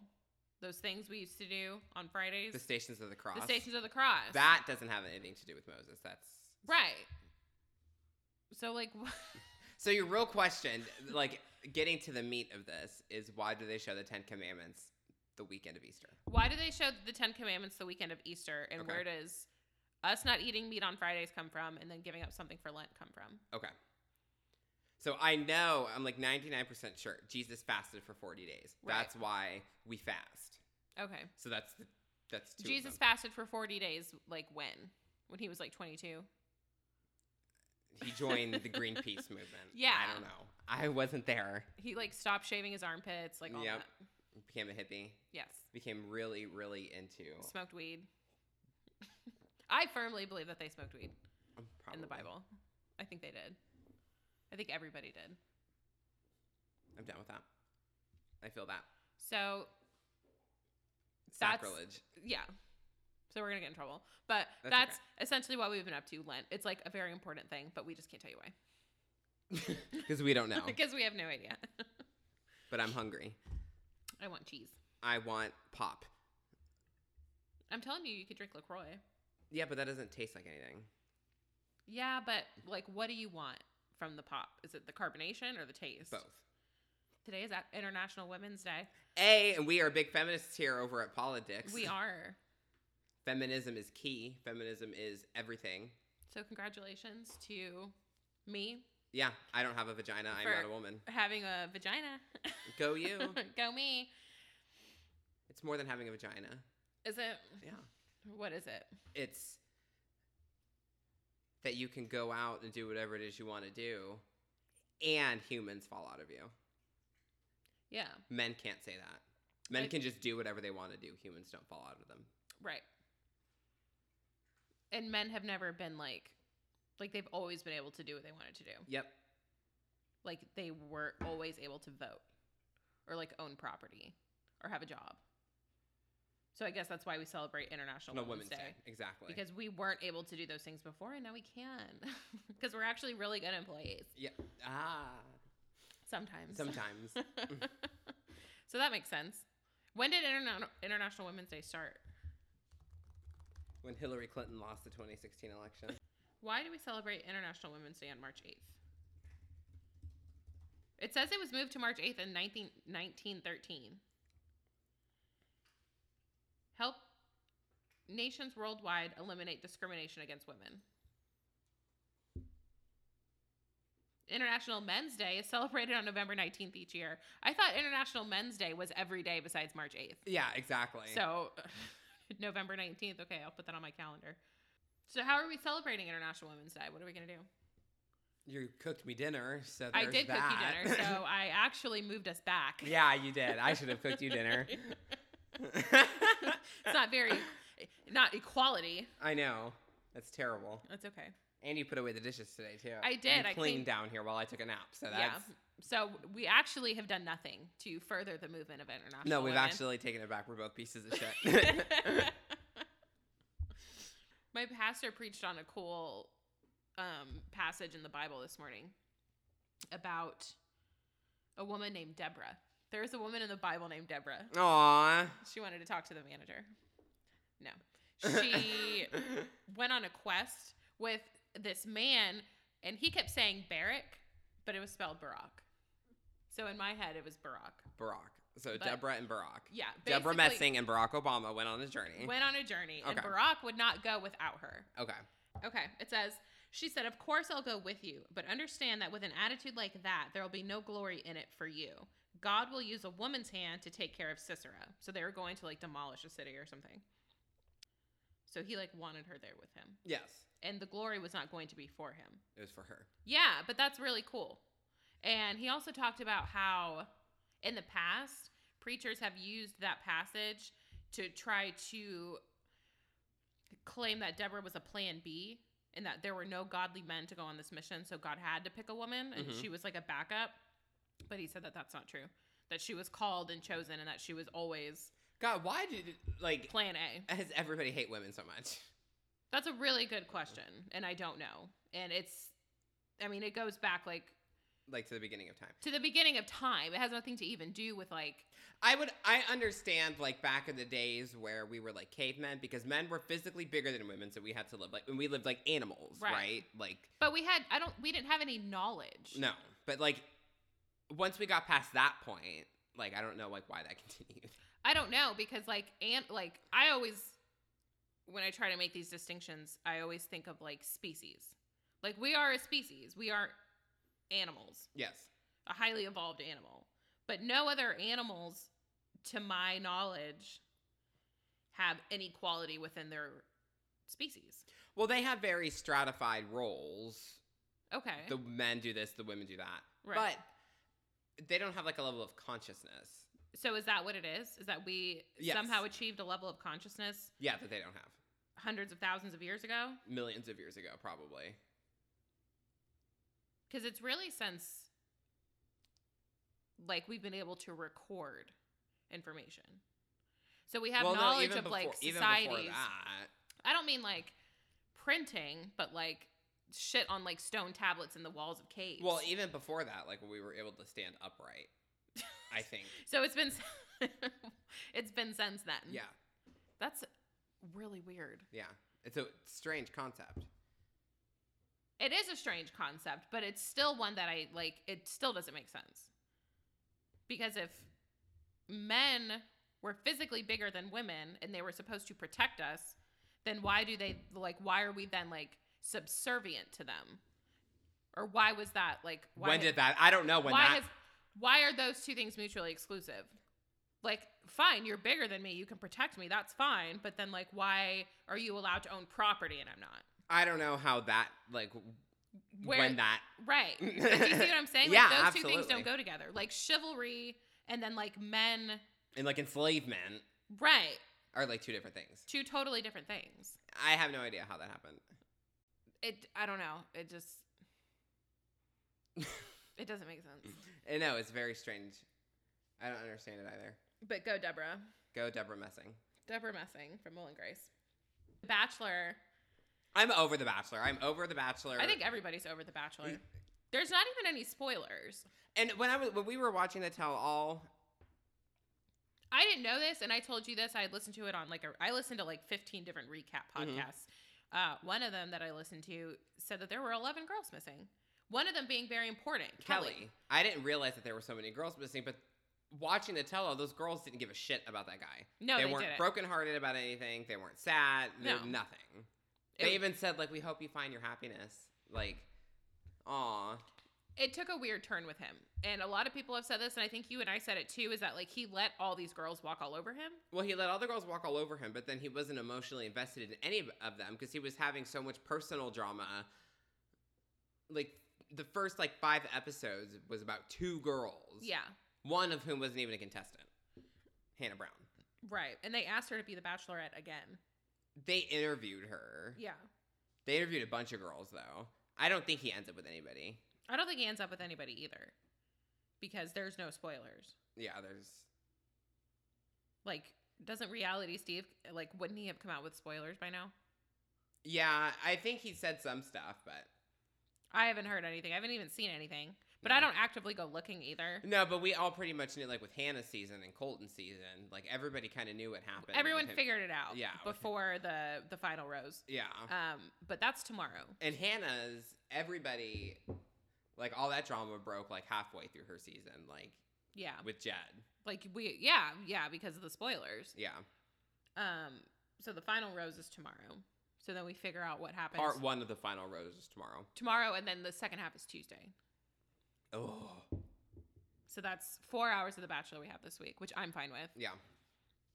S2: Those things we used to do on Fridays.
S1: The Stations of the Cross.
S2: The Stations of the Cross.
S1: that doesn't have anything to do with Moses. That's
S2: right. So like
S1: so. Your real question, like getting to the meat of this, is why do they show the Ten Commandments the weekend of Easter?
S2: Why do they show the Ten Commandments the weekend of Easter, and
S1: Okay.
S2: where does us not eating meat on Fridays come from, and then giving up something for Lent come from?
S1: Okay. So I know I'm like 99% sure Jesus fasted for 40 days.
S2: Right.
S1: That's why we fast.
S2: Okay,
S1: So that's the, that's two of
S2: Jesus
S1: them.
S2: fasted for forty days. Like when? When he was like twenty-two.
S1: he joined the Greenpeace movement.
S2: Yeah.
S1: I don't know. I wasn't there.
S2: He like stopped shaving his armpits, like all
S1: Yep.
S2: that.
S1: Became a hippie.
S2: Yes,
S1: Became really, really into.
S2: smoked weed. I firmly believe that they smoked weed
S1: um,
S2: in the
S1: probably.
S2: Bible. I think they did. I think everybody did.
S1: I'm done with that. I feel that
S2: So That's-
S1: sacrilege.
S2: yeah. So we're gonna get in trouble, but
S1: That's
S2: that's, essentially what we've been up to. Lent. It's like a very important thing, but we just can't tell you why.
S1: Because we don't know.
S2: because we have no idea.
S1: But I'm hungry.
S2: I want cheese.
S1: I want pop.
S2: I'm telling you, you could drink Lacroix.
S1: Yeah, but that doesn't taste like anything.
S2: Yeah, but like, what do you want from the pop? Is it the carbonation or the taste?
S1: Both.
S2: Today is at International Women's Day.
S1: A, and we are big feminists here over at Politics.
S2: We are.
S1: Feminism is key. Feminism is everything.
S2: So congratulations to me
S1: Yeah, I don't have a vagina. I'm
S2: For-
S1: not a woman.
S2: for having a vagina.
S1: Go you.
S2: Go me.
S1: it's more than having a vagina.
S2: Is it?
S1: Yeah.
S2: What is it?
S1: It's that you can go out and do whatever it is you want to do, and humans fall out of you.
S2: Yeah.
S1: Men can't say that. Men
S2: It-
S1: can just do whatever they want to do. Humans don't fall out of them.
S2: Right. And men have never been like, like they've always been able to do what they wanted to do.
S1: Yep.
S2: Like they were always able to vote or like own property or have a job. So I guess that's why we celebrate International
S1: No women's
S2: Women's, Day.
S1: day. Exactly.
S2: Because we weren't able to do those things before and now we can. Because we're actually really good employees
S1: ah,
S2: sometimes.
S1: sometimes.
S2: so that makes sense. When did Interna- International Women's Day start?
S1: when Hillary Clinton lost the 2016 election.
S2: Why do we celebrate International Women's Day on March 8th? It says it was moved to March 8th in 19, 1913. Help nations worldwide eliminate discrimination against women. International Men's Day is celebrated on November 19th each year. I thought International Men's Day was every day besides March 8th.
S1: Yeah, exactly.
S2: So November 19th. Okay, I'll put that on my calendar. So how are we celebrating International Women's Day? What are we going to do?
S1: you cooked me dinner, so
S2: I
S1: there's
S2: did
S1: that.
S2: cook you dinner, so I actually moved us back.
S1: yeah, you did. I should have cooked you dinner.
S2: it's not very Not equality.
S1: I know. That's terrible.
S2: That's okay.
S1: And you put away the dishes today too.
S2: I did,
S1: You
S2: I
S1: cleaned
S2: cleaned-
S1: down here while I took a nap. So that's
S2: yeah. So we actually have done nothing to further the movement of international.
S1: no. We've
S2: women.
S1: actually taken it back. We're both pieces of shit.
S2: My pastor preached on a cool um, passage in the Bible this morning about a woman named Deborah. There is a woman in the Bible named Deborah.
S1: Aww.
S2: She wanted to talk to the manager. No. She went on a quest with this man, and he kept saying Barak, but it was spelled Barak. So in my head, it was Barak.
S1: Barack. So
S2: But-
S1: Deborah and Barack.
S2: Yeah.
S1: Deborah
S2: basically
S1: Messing and Barack Obama went on a journey.
S2: Went on a journey, and
S1: Okay.
S2: Barak would not go without her.
S1: okay.
S2: Okay, it says, She said, Of course I'll go with you, but understand that with an attitude like that, there will be no glory in it for you. God will use a woman's hand to take care of Sisera. So they were going to like demolish a city or something. So he like wanted her there with him.
S1: Yes.
S2: And the glory was not going to be for him.
S1: It was for her.
S2: Yeah, but that's really cool. And he also talked about how in the past, preachers have used that passage to try to claim that Deborah was a plan B and that there were no godly men to go on this mission. So God had to pick a woman and
S1: Mhm.
S2: she was like a backup. But he said that that's not true, that she was called and chosen and that she was always
S1: God, why did like
S2: plan A.
S1: has everybody hate women so much?
S2: That's a really good question. And I don't know. And it's, I mean, it goes back like
S1: Like to the beginning of time.
S2: to the beginning of time. It has nothing to even do with like
S1: I would I understand like back in the days where we were like cavemen because men were physically bigger than women, so we had to live like and we lived like animals, right?
S2: Right.
S1: Like
S2: but we had I don't we didn't have any knowledge.
S1: no, but like once we got past that point, like I don't know like why that continued.
S2: I don't know because like and like I always when I try to make these distinctions, I always think of like species. Like we are a species. We are animals,
S1: Yes,
S2: a highly evolved animal. But no other animals to my knowledge have any quality within their species.
S1: well they have very stratified roles.
S2: Okay.
S1: The men do this, the women do that,
S2: Right.
S1: but they don't have like a level of consciousness.
S2: so is that what it is? Is that we
S1: Yes.
S2: somehow achieved a level of consciousness
S1: Yeah, that they don't have
S2: hundreds of thousands of years ago?
S1: millions of years ago, probably.
S2: because it's really since like we've been able to record information so we have
S1: well,
S2: knowledge
S1: no, even
S2: of
S1: before,
S2: like
S1: Even
S2: societies
S1: before that,
S2: i don't mean like printing but like shit on like stone tablets in the walls of caves
S1: Well, e- even before that, like we were able to stand upright. I think.
S2: so it's been it's been since then
S1: Yeah.
S2: that's really weird
S1: Yeah. It's a strange concept.
S2: it is a strange concept but it's still one that i like it still doesn't make sense because if men were physically bigger than women and they were supposed to protect us then why do they like why are we then like subservient to them or why was that like why
S1: when did that? I don't know when
S2: why
S1: that.
S2: has why are those two things mutually exclusive like fine you're bigger than me you can protect me that's fine but then like why are you allowed to own property and i'm not
S1: I don't know how that like when that.
S2: Right. Do you see what I'm saying? Like
S1: Yeah,
S2: those two things
S1: absolutely.
S2: don't go together. Like chivalry and then like men
S1: And like enslavement
S2: right.
S1: are like two different things.
S2: Two totally different things.
S1: I have no idea how that happened.
S2: It I don't know. It just it doesn't make sense.
S1: I know it's very strange. I don't understand it either.
S2: But go Deborah.
S1: Go Deborah Messing.
S2: Deborah Messing from Will and Grace. The Bachelor.
S1: I'm over The Bachelor. I'm over The Bachelor.
S2: I think everybody's over The Bachelor. There's not even any spoilers.
S1: And when I was when we were watching the Tell All,
S2: I didn't know this, and I told you this. I had listened to it on like a, I listened to like 15 different recap
S1: Mhm.
S2: podcasts. Uh, one of them that I listened to said that there were 11 girls missing. One of them being very important, Kelly.
S1: Kelly. I didn't realize that there were so many girls missing, but watching the tell all, those girls didn't give a shit about that guy.
S2: No,
S1: they,
S2: they,
S1: weren't
S2: didn't.
S1: brokenhearted about anything. They weren't sad. They
S2: No.
S1: nothing.
S2: It,
S1: they even said like, "We hope you find your happiness." Like, aw,
S2: it took a weird turn with him, and a lot of people have said this, and I think you and I said it too. Is that like he let all these girls walk all over him?
S1: Well, he let all the girls walk all over him, but then he wasn't emotionally invested in any of them because he was having so much personal drama. Like the first like five episodes was about two girls.
S2: Yeah,
S1: One of whom wasn't even a contestant. Hannah Brown.
S2: right. And they asked her to be the Bachelorette again.
S1: They interviewed her.
S2: Yeah.
S1: They interviewed a bunch of girls though. I don't think he ends up with anybody.
S2: I don't think he ends up with anybody either because there's no spoilers.
S1: Yeah, there's
S2: Like, doesn't reality Steve, like, wouldn't he have come out with spoilers by now?
S1: Yeah, I think he said some stuff, but
S2: I haven't heard anything. I haven't even seen anything. But I
S1: No.
S2: don't actively go looking either.
S1: no, but we all pretty much knew like with Hannah's season and Colton's season, like everybody kind of knew what happened.
S2: Everyone
S1: with him.
S2: figured it out
S1: Yeah, with him.
S2: before the the final rose.
S1: Yeah.
S2: Um, but that's tomorrow.
S1: and Hannah's everybody like all that drama broke like halfway through her season, like
S2: Yeah.
S1: with Jed.
S2: Like we yeah, yeah, because of the spoilers.
S1: Yeah.
S2: Um, so the final rose is tomorrow. So then we figure out what happens
S1: Part one of the final rose is tomorrow.
S2: tomorrow and then the second half is Tuesday.
S1: Oh.
S2: So that's four hours of The Bachelor we have this week, which I'm fine with
S1: Yeah.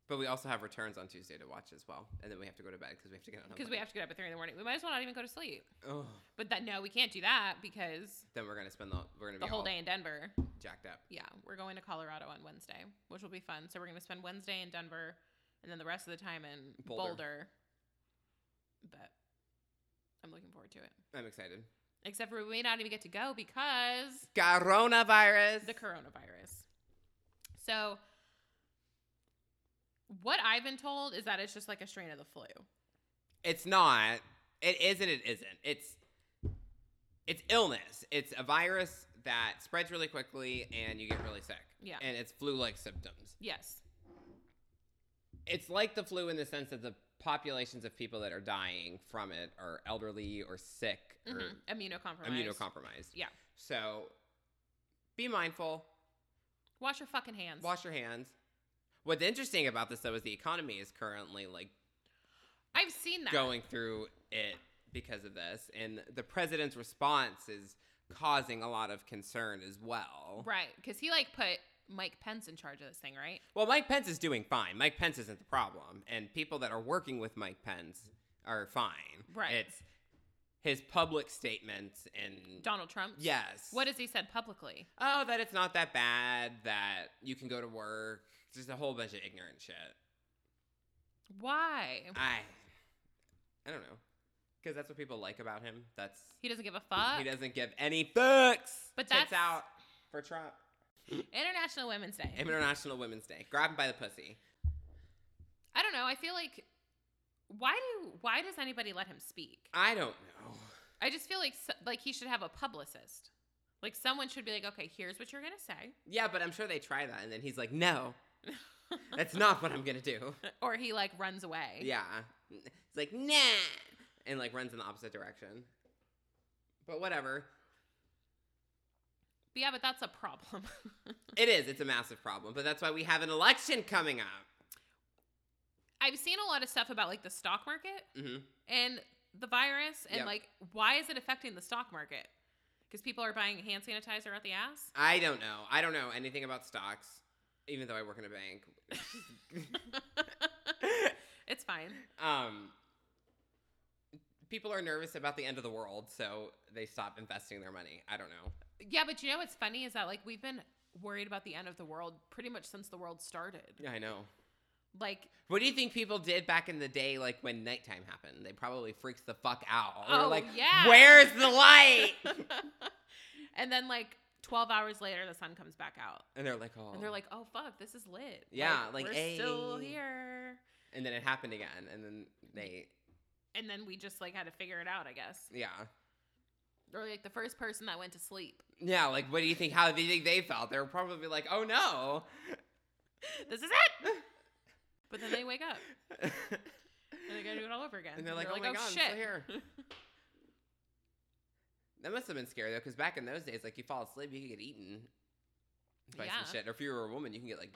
S1: But we also have returns on Tuesday to watch as well. And then we have to go to bed because we have to get on.
S2: because we have to get up at three in the morning. We might as well not even go to sleep.
S1: Oh.
S2: But that no, we can't do that because
S1: Then we're gonna spend the we're gonna
S2: the
S1: be
S2: whole
S1: all
S2: day in Denver.
S1: jacked up.
S2: Yeah, we're going to Colorado on Wednesday, which will be fun. So we're going to spend Wednesday in Denver and then the rest of the time in
S1: Boulder.
S2: Boulder. But I'm looking forward to it.
S1: I'm excited.
S2: Except for we may not even get to go because
S1: Coronavirus.
S2: the coronavirus. So, what I've been told is that it's just like a strain of the flu.
S1: It's not. It is and it isn't. It's it's illness. It's a virus that spreads really quickly and you get really sick.
S2: Yeah.
S1: And it's flu-like symptoms.
S2: Yes.
S1: It's like the flu in the sense that the populations of people that are dying from it are elderly or sick or
S2: Mhm. Immunocompromised.
S1: immunocompromised.
S2: Yeah.
S1: So be mindful.
S2: Wash your fucking hands.
S1: Wash your hands. What's interesting about this though is the economy is currently like
S2: I've seen that.
S1: going through it because of this, and the president's response is causing a lot of concern as well.
S2: Right. Because he like put Mike Pence in charge of this thing, right?
S1: Well, Mike Pence is doing fine. Mike Pence isn't the problem, and people that are working with Mike Pence are fine.
S2: Right.
S1: It's his public statements and
S2: Donald Trump.
S1: yes,
S2: What has he said publicly?
S1: oh that it's not that bad that you can go to work. Just a whole bunch of ignorant shit.
S2: Why?
S1: I I don't know. Because that's what people like about him. That's
S2: He doesn't give a fuck.
S1: he doesn't give any fucks.
S2: But
S1: Tits
S2: that's-
S1: out for Trump.
S2: International Women's Day.
S1: International Women's Day. Grab him by the pussy.
S2: I don't know. I feel like why do why does anybody let him speak?
S1: I don't know.
S2: I just feel like s- like he should have a publicist. Like someone should be like, okay, here's what you're gonna say,
S1: Yeah, but I'm sure they try that, and then he's like, "No, that's not what I'm gonna do."
S2: or he like runs away.
S1: Yeah, he's like, "Nah," and like runs in the opposite direction. But whatever,
S2: But yeah, but that's a problem.
S1: it is. It's a massive problem, but that's why we have an election coming up.
S2: I've seen a lot of stuff about like the stock market
S1: hmm
S2: and the virus, and
S1: Yep.
S2: like why is it affecting the stock market? Because people are buying hand sanitizer at the ass.
S1: I don't know. I don't know anything about stocks, even though I work in a bank.
S2: it's fine.
S1: um, people are nervous about the end of the world, so they stop investing their money. I don't know.
S2: Yeah, but you know what's funny is that like we've been worried about the end of the world pretty much since the world started.
S1: Yeah, I know.
S2: Like
S1: What do you think people did back in the day, like when nighttime happened? They probably freaked the fuck out. They were
S2: Oh,
S1: like,
S2: yeah.
S1: Where's the light?
S2: and then like 12 hours later the sun comes back out
S1: and they're like, oh.
S2: and they're like oh fuck this is lit
S1: Yeah, like,
S2: we're still
S1: "Ay."
S2: here
S1: and then it happened again. And then they,
S2: and then we just like had to figure it out i guess
S1: yeah.
S2: or like the first person that went to sleep
S1: Yeah, like, what do you think? How do you think they felt? They were probably like, oh no.
S2: this is it but then they wake up
S1: and
S2: and they gotta do it all over again
S1: they're like, oh my God, I'm still here. That must have been scary though, because back in those days, like you fall asleep, you could get eaten by
S2: Yeah.
S1: some shit. Or if you were a woman, you can get like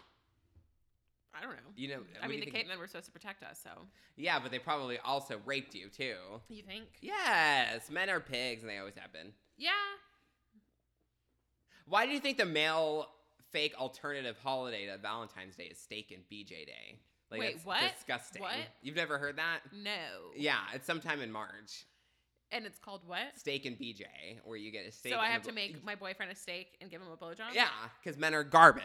S2: i don't know
S1: you know.
S2: i
S1: what do
S2: mean
S1: you
S2: the
S1: think-
S2: cavemen were supposed to protect us so
S1: Yeah, but they probably also raped you too.
S2: you think
S1: Yes, men are pigs, and they always have been.
S2: yeah
S1: Why do you think the male fake alternative holiday to Valentine's Day is steak and BJ Day?
S2: Wait,
S1: that's
S2: what?
S1: Disgusting.
S2: What?
S1: You've never heard that?
S2: no
S1: Yeah, it's sometime in March.
S2: and it's called what
S1: Steak and BJ, where you get a steak.
S2: so
S1: and
S2: i
S1: a e-,
S2: have
S1: bl-
S2: to make my boyfriend a steak and give him a blowjob
S1: Yeah, because men are garbage.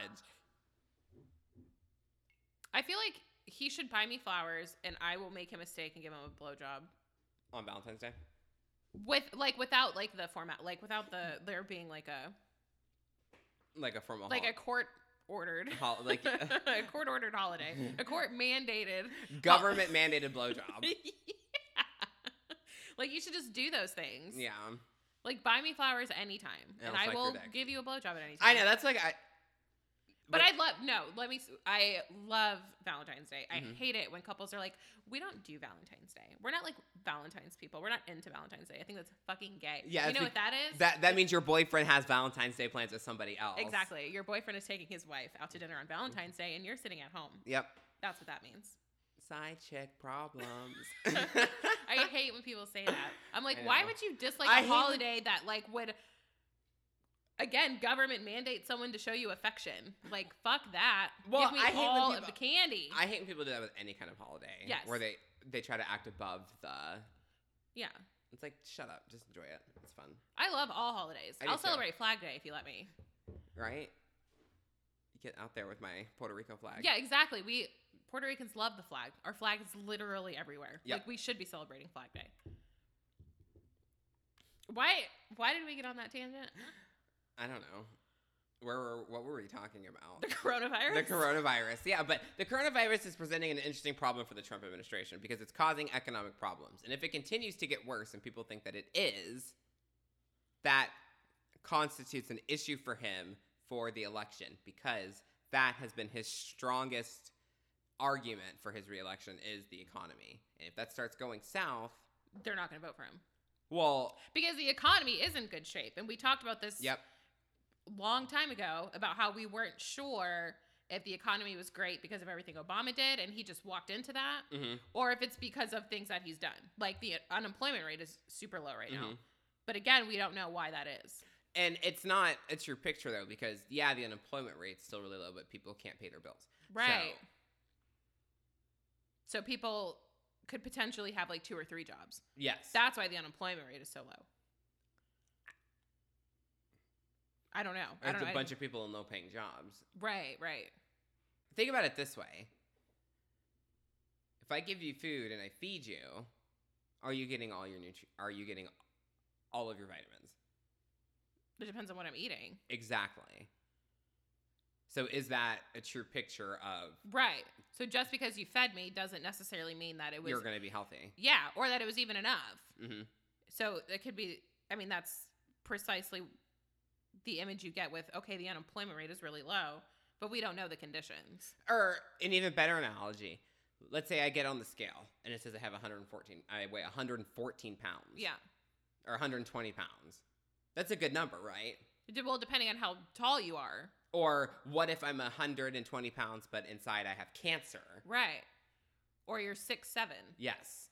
S2: I feel like he should buy me flowers, and I will make him a steak and give him a blowjob.
S1: on Valentine's Day.
S2: With like without like the format, like without the there being like a
S1: Like a formal
S2: like a
S1: holiday.
S2: court ordered
S1: Hol- Uh-huh. like-
S2: a court ordered holiday, a court mandated
S1: government mandated blowjob.
S2: yeah. Like you should just do those things.
S1: Yeah.
S2: Like buy me flowers anytime,
S1: I'll
S2: and I
S1: suck your
S2: will
S1: dick.
S2: give you a blowjob at any time.
S1: I know that's like I
S2: But,
S1: But-
S2: I love no. Let me. s- I love Valentine's Day. I
S1: Mhm.
S2: hate it when couples are like, we don't do Valentine's Day. We're not like Valentine's people. We're not into Valentine's Day. I think that's fucking gay.
S1: Yeah,
S2: you
S1: it's be-
S2: know what that is?
S1: that that means your boyfriend has Valentine's Day plans with somebody else.
S2: exactly. Your boyfriend is taking his wife out to dinner on Valentine's Day, and you're sitting at home.
S1: Yep.
S2: That's what that means.
S1: Side check problems.
S2: I hate when people say that. I'm like,
S1: I
S2: why
S1: know.
S2: would you dislike
S1: I
S2: a
S1: hate when-
S2: holiday that like would again government mandate someone to show you affection? Like fuck that.
S1: Well,
S2: Give me
S1: I hate when
S2: all of
S1: people-
S2: the candy.
S1: I hate when people do that with any kind of holiday.
S2: Yes.
S1: Where they they try to act above the.
S2: yeah.
S1: It's like shut up, just enjoy it. It's fun,
S2: I love all holidays.
S1: I do
S2: I'll
S1: too.
S2: celebrate Flag Day if you let me.
S1: right? Get out there with my Puerto Rico flag.
S2: Yeah, exactly. We Puerto Ricans love the flag. Our flag is literally everywhere.
S1: Yep.
S2: Like we should be celebrating Flag Day. Why why did we get on that tangent?
S1: I don't know. Where were what were we talking about?
S2: The coronavirus?
S1: The coronavirus. Yeah, but the coronavirus is presenting an interesting problem for the Trump administration because it's causing economic problems. And if it continues to get worse and people think that it is, that constitutes an issue for him for the election because that has been his strongest argument for his reelection is the economy. And if that starts going south,
S2: They're not gonna vote for him.
S1: well,
S2: because the economy is in good shape and we talked about this
S1: yep,
S2: long time ago about how we weren't sure if the economy was great because of everything obama did and he just walked into that
S1: hmm
S2: or if it's because of things that he's done like the unemployment rate is super low right now
S1: Mhm.
S2: but again we don't know why that is
S1: And it's not a true picture though, because yeah, the unemployment rate's still really low, but people can't pay their bills.
S2: right so people could potentially have like two or three jobs
S1: Yes.
S2: that's why the unemployment rate is so low i don't know i
S1: It's
S2: don't
S1: a
S2: know
S1: bunch of people in low paying jobs.
S2: right right
S1: Think about it this way if I give you food and I feed you, are you getting all your nutri- Are you getting all of your vitamins?
S2: it depends on what i'm eating
S1: Exactly. So is that a true picture of
S2: Right. So just because you fed me doesn't necessarily mean that it was
S1: you're going to be healthy?
S2: yeah, or that it was even enough.
S1: hmm
S2: So it could be I mean that's precisely the image you get with okay, the unemployment rate is really low, but we don't know the conditions.
S1: Or an even better analogy. Let's say I get on the scale and it says I have 114. I weigh 114 pounds.
S2: Yeah.
S1: Or 120 pounds. That's a good number, right?
S2: It de- Well, depending on how tall you are.
S1: Or what if I'm 120 pounds, but inside I have cancer?
S2: Right. Or you're six seven.
S1: Yes.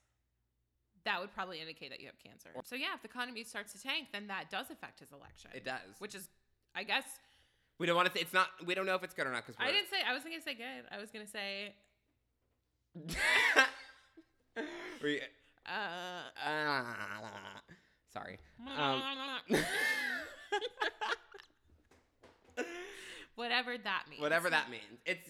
S2: That would probably indicate that you have cancer. So yeah, if the economy starts to tank, then that does affect his election.
S1: It does.
S2: Which is I guess
S1: we don't want to. It's not. We don't know if it's good or not because
S2: I didn't say I wasn't gonna say good. I was gonna say
S1: we,
S2: uh
S1: ah, sorry. Um.
S2: Whatever that means.
S1: Whatever that means. It's.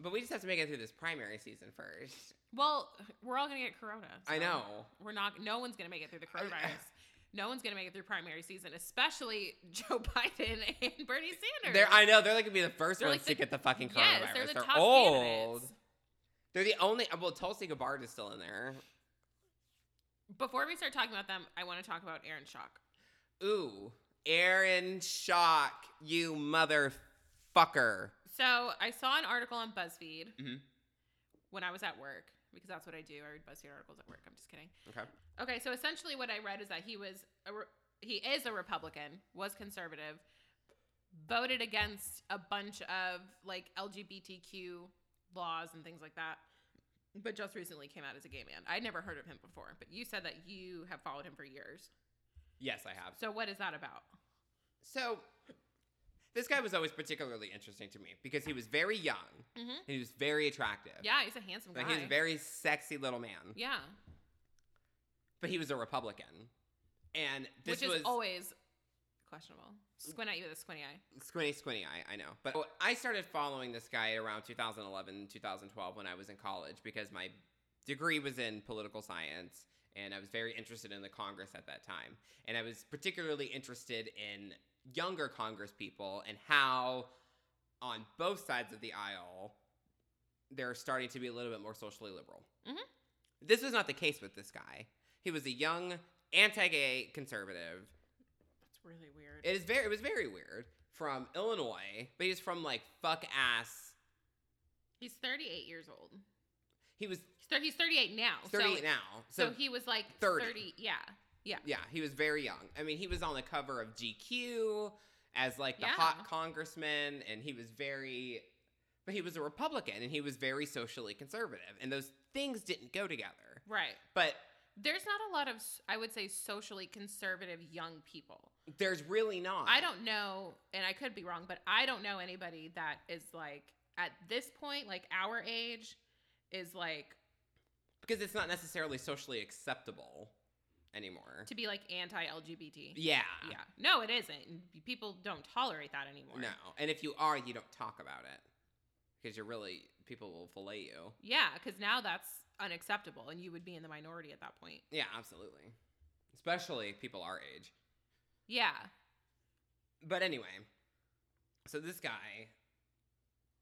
S1: But we just have to make it through this primary season first.
S2: Well, we're all gonna get corona.
S1: I
S2: so
S1: know.
S2: We're not. No one's gonna make it through the coronavirus. no one's gonna make it through primary season, especially Joe Biden and Bernie Sanders.
S1: They're. I know. They're like gonna be the 1st
S2: They're
S1: ones
S2: like
S1: to
S2: the-
S1: get the fucking coronavirus.
S2: yes, they're the top
S1: old.
S2: candidates.
S1: They're the only. Well, Tulsi Gabbard is still in there.
S2: Before we start talking about them, I want to talk about Aaron Shock.
S1: Ooh, Aaron Shock, you motherfucker.
S2: So I saw an article on BuzzFeed
S1: Mhm.
S2: when I was at work because that's what I do. I read BuzzFeed articles at work. I'm just kidding.
S1: Okay.
S2: Okay, so essentially what I read is that he was a re- he is a Republican, was conservative, voted against a bunch of like LGBTQ laws and things like that. But just recently came out as a gay man. I'd never heard of him before, but you said that you have followed him for years.
S1: Yes, I have.
S2: So what is that about?
S1: So, this guy was always particularly interesting to me because he was very young
S2: Mm-hmm.
S1: and he was very attractive.
S2: Yeah, he's a handsome guy.
S1: Like, he was a very sexy little man,
S2: yeah,
S1: but he was a Republican. And this
S2: which is
S1: was
S2: always questionable. squint at you with a squinty eye.
S1: Squinty, squinty eye, I know. But I started following this guy around 2011, 2012 when I was in college because my degree was in political science and I was very interested in the Congress at that time. And I was particularly interested in younger Congress people and how on both sides of the aisle they're starting to be a little bit more socially liberal.
S2: Mhm.
S1: This was not the case with this guy. He was a young anti-gay conservative
S2: That's really weird.
S1: it is very. It was very weird. From Illinois, but he's from like fuck ass.
S2: he's 38 years old.
S1: He was
S2: He's, thir- he's 38 now.
S1: thirty
S2: so,
S1: now, so,
S2: So, he was like
S1: 30.
S2: 30. Yeah. Yeah.
S1: yeah, he was very young. I mean, he was on the cover of GQ as like the
S2: Yeah.
S1: hot congressman, and he was very. But he was a Republican, and he was very socially conservative, and those things didn't go together.
S2: Right.
S1: But
S2: There's not a lot of, s- I would say, socially conservative young people.
S1: there's really not.
S2: I don't know, and I could be wrong, but I don't know anybody that is like at this point, like our age, is like
S1: because it's not necessarily socially acceptable anymore.
S2: to be like anti-LGBT.
S1: Yeah.
S2: Yeah. No, it isn't. People don't tolerate that anymore.
S1: No, and if you are, you don't talk about it because you're really people will fillet you.
S2: Yeah, because now that's unacceptable, and you would be in the minority at that point.
S1: Yeah, absolutely. Especially people our age.
S2: Yeah.
S1: But anyway, so this guy,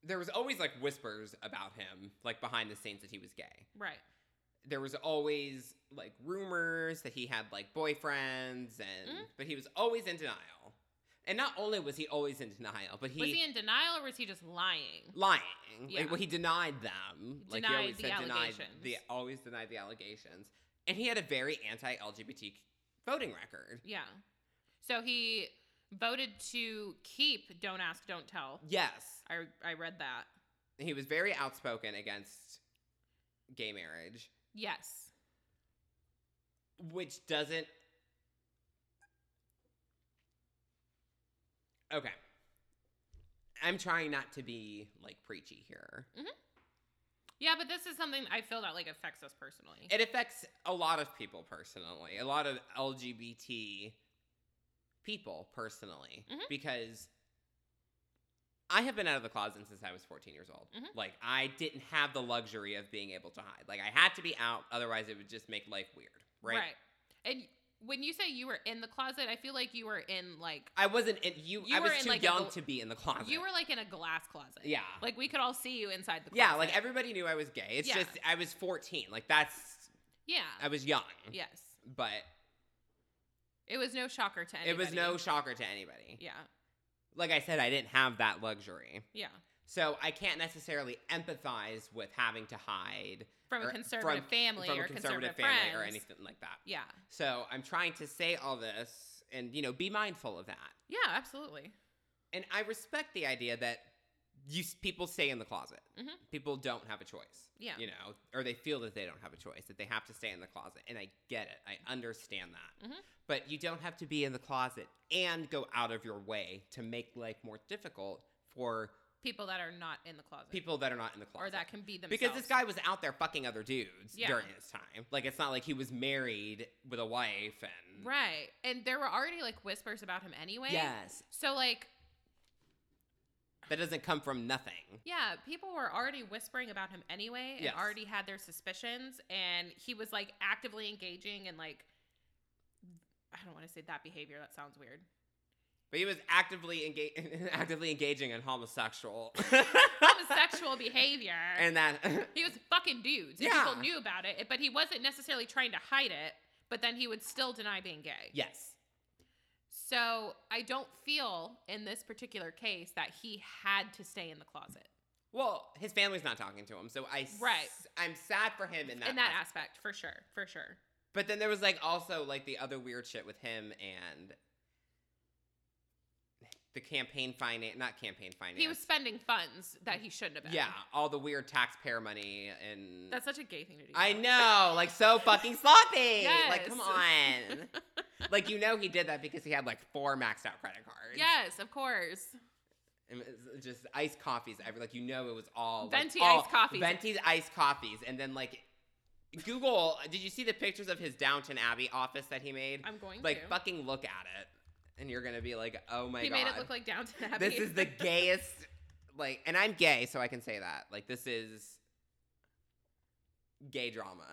S1: there was always like whispers about him, like behind the scenes that he was gay.
S2: Right.
S1: There was always like rumors that he had like boyfriends, and
S2: Mm.
S1: but he was always in denial. And not only was he always in denial, but he,
S2: was he in denial or was he just lying?
S1: lying.
S2: Yeah.
S1: Like, well, he denied them.
S2: He
S1: Like
S2: denied
S1: he always
S2: the
S1: said, denied
S2: allegations.
S1: the always denied the allegations, and he had a very anti-LGBT voting record.
S2: Yeah. So he voted to keep "Don't Ask, Don't Tell."
S1: Yes,
S2: I I read that.
S1: he was very outspoken against gay marriage,
S2: Yes.
S1: which doesn't. Okay. I'm trying not to be like preachy here.
S2: Yeah, but this is something I feel that like affects us personally.
S1: It affects a lot of people personally, a lot of LGBT people personally,
S2: Mhm.
S1: because I have been out of the closet since I was 14 years old.
S2: Mhm.
S1: Like, I didn't have the luxury of being able to hide. Like, I had to be out, otherwise, it would just make life weird, right?
S2: And when you say you were in the closet, I feel like you were in like
S1: I wasn't, in, you,
S2: You
S1: I
S2: were
S1: was
S2: in,
S1: too
S2: like, a
S1: young
S2: gl-
S1: to be in the closet.
S2: you were like in a glass closet.
S1: yeah.
S2: Like we could all see you inside the closet.
S1: yeah, like everybody knew I was gay. It's
S2: Yeah.
S1: just, I was 14. Like, that's,
S2: Yeah.
S1: I was young.
S2: yes.
S1: But
S2: It was no shocker to anybody.
S1: it was no shocker to anybody.
S2: Yeah.
S1: Like I said, I didn't have that luxury.
S2: Yeah.
S1: So I can't necessarily empathize with having to hide
S2: From
S1: or-
S2: a conservative family
S1: from
S2: or
S1: a conservative,
S2: friends.
S1: family or anything like that.
S2: Yeah.
S1: So I'm trying to say all this and you know be mindful of that.
S2: Yeah, absolutely.
S1: And I respect the idea that you s- people stay in the closet.
S2: Mhm.
S1: People don't have a choice.
S2: Yeah.
S1: You know, or they feel that they don't have a choice that they have to stay in the closet. And I get it. I understand that.
S2: Mhm.
S1: But you don't have to be in the closet and go out of your way to make life more difficult for
S2: People that are not in the closet.
S1: people that are not in the closet.
S2: or that can be themselves.
S1: because this guy was out there fucking other dudes
S2: Yeah.
S1: during his time. Like it's not like he was married with a wife and
S2: Right. And there were already like whispers about him anyway.
S1: yes,
S2: So like
S1: that doesn't come from nothing.
S2: Yeah, people were already whispering about him anyway and
S1: Yes.
S2: already had their suspicions. And he was like actively engaging in like, I don't want to say that behavior. That sounds weird.
S1: But he was actively engaging, actively engaging in homosexual,
S2: Homosexual behavior.
S1: and that
S2: he was fucking dudes. And
S1: Yeah.
S2: People knew about it, but he wasn't necessarily trying to hide it. But then he would still deny being gay.
S1: yes,
S2: So I don't feel in this particular case that he had to stay in the closet
S1: well, his family's not talking to him, so I s-
S2: Right.
S1: I'm sad for him in that.
S2: in that
S1: aspect.
S2: aspect, for sure, for sure.
S1: But then there was like also like the other weird shit with him and the campaign finance, not campaign finance.
S2: He was spending funds that he shouldn't have been.
S1: Yeah, all the weird taxpayer money and
S2: That's such a gay thing to do.
S1: I know, like so fucking sloppy. Like come
S2: Yes.
S1: on. like you know he did that because he had like four maxed out credit cards.
S2: Yes, of course.
S1: And it was just iced coffees every like you know it was all like,
S2: Venti
S1: all-
S2: iced coffees.
S1: Venti iced coffees and then like Google, did you see the pictures of his Downton Abbey office that he made?
S2: I'm going
S1: like
S2: to.
S1: fucking look at it. and you're gonna be like, oh my
S2: he
S1: god,
S2: made it look like Downton Abbey.
S1: this is the gayest. Like, and I'm gay, so I can say that. Like, this is gay drama.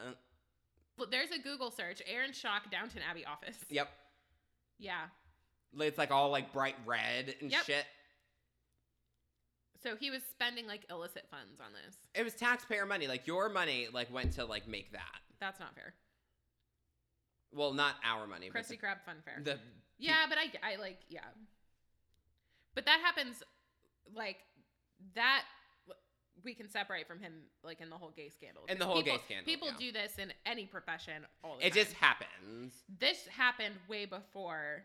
S2: Well, There's a Google search: Aaron Shock Downton Abbey office.
S1: Yep,
S2: Yeah.
S1: it's like all like bright red and
S2: Yep.
S1: shit.
S2: So he was spending like illicit funds on this.
S1: It was taxpayer money. Like your money, like went to like make that.
S2: That's not fair.
S1: Well, not our money, but
S2: Krusty Krab fun fair.
S1: the, the
S2: yeah, but I, I like yeah. But that happens, like that we can separate from him, like in the whole gay scandal.
S1: In the whole gay
S2: People-
S1: scandal,
S2: People
S1: yeah.
S2: do this in any profession all the
S1: it
S2: time.
S1: just happens.
S2: this happened way before.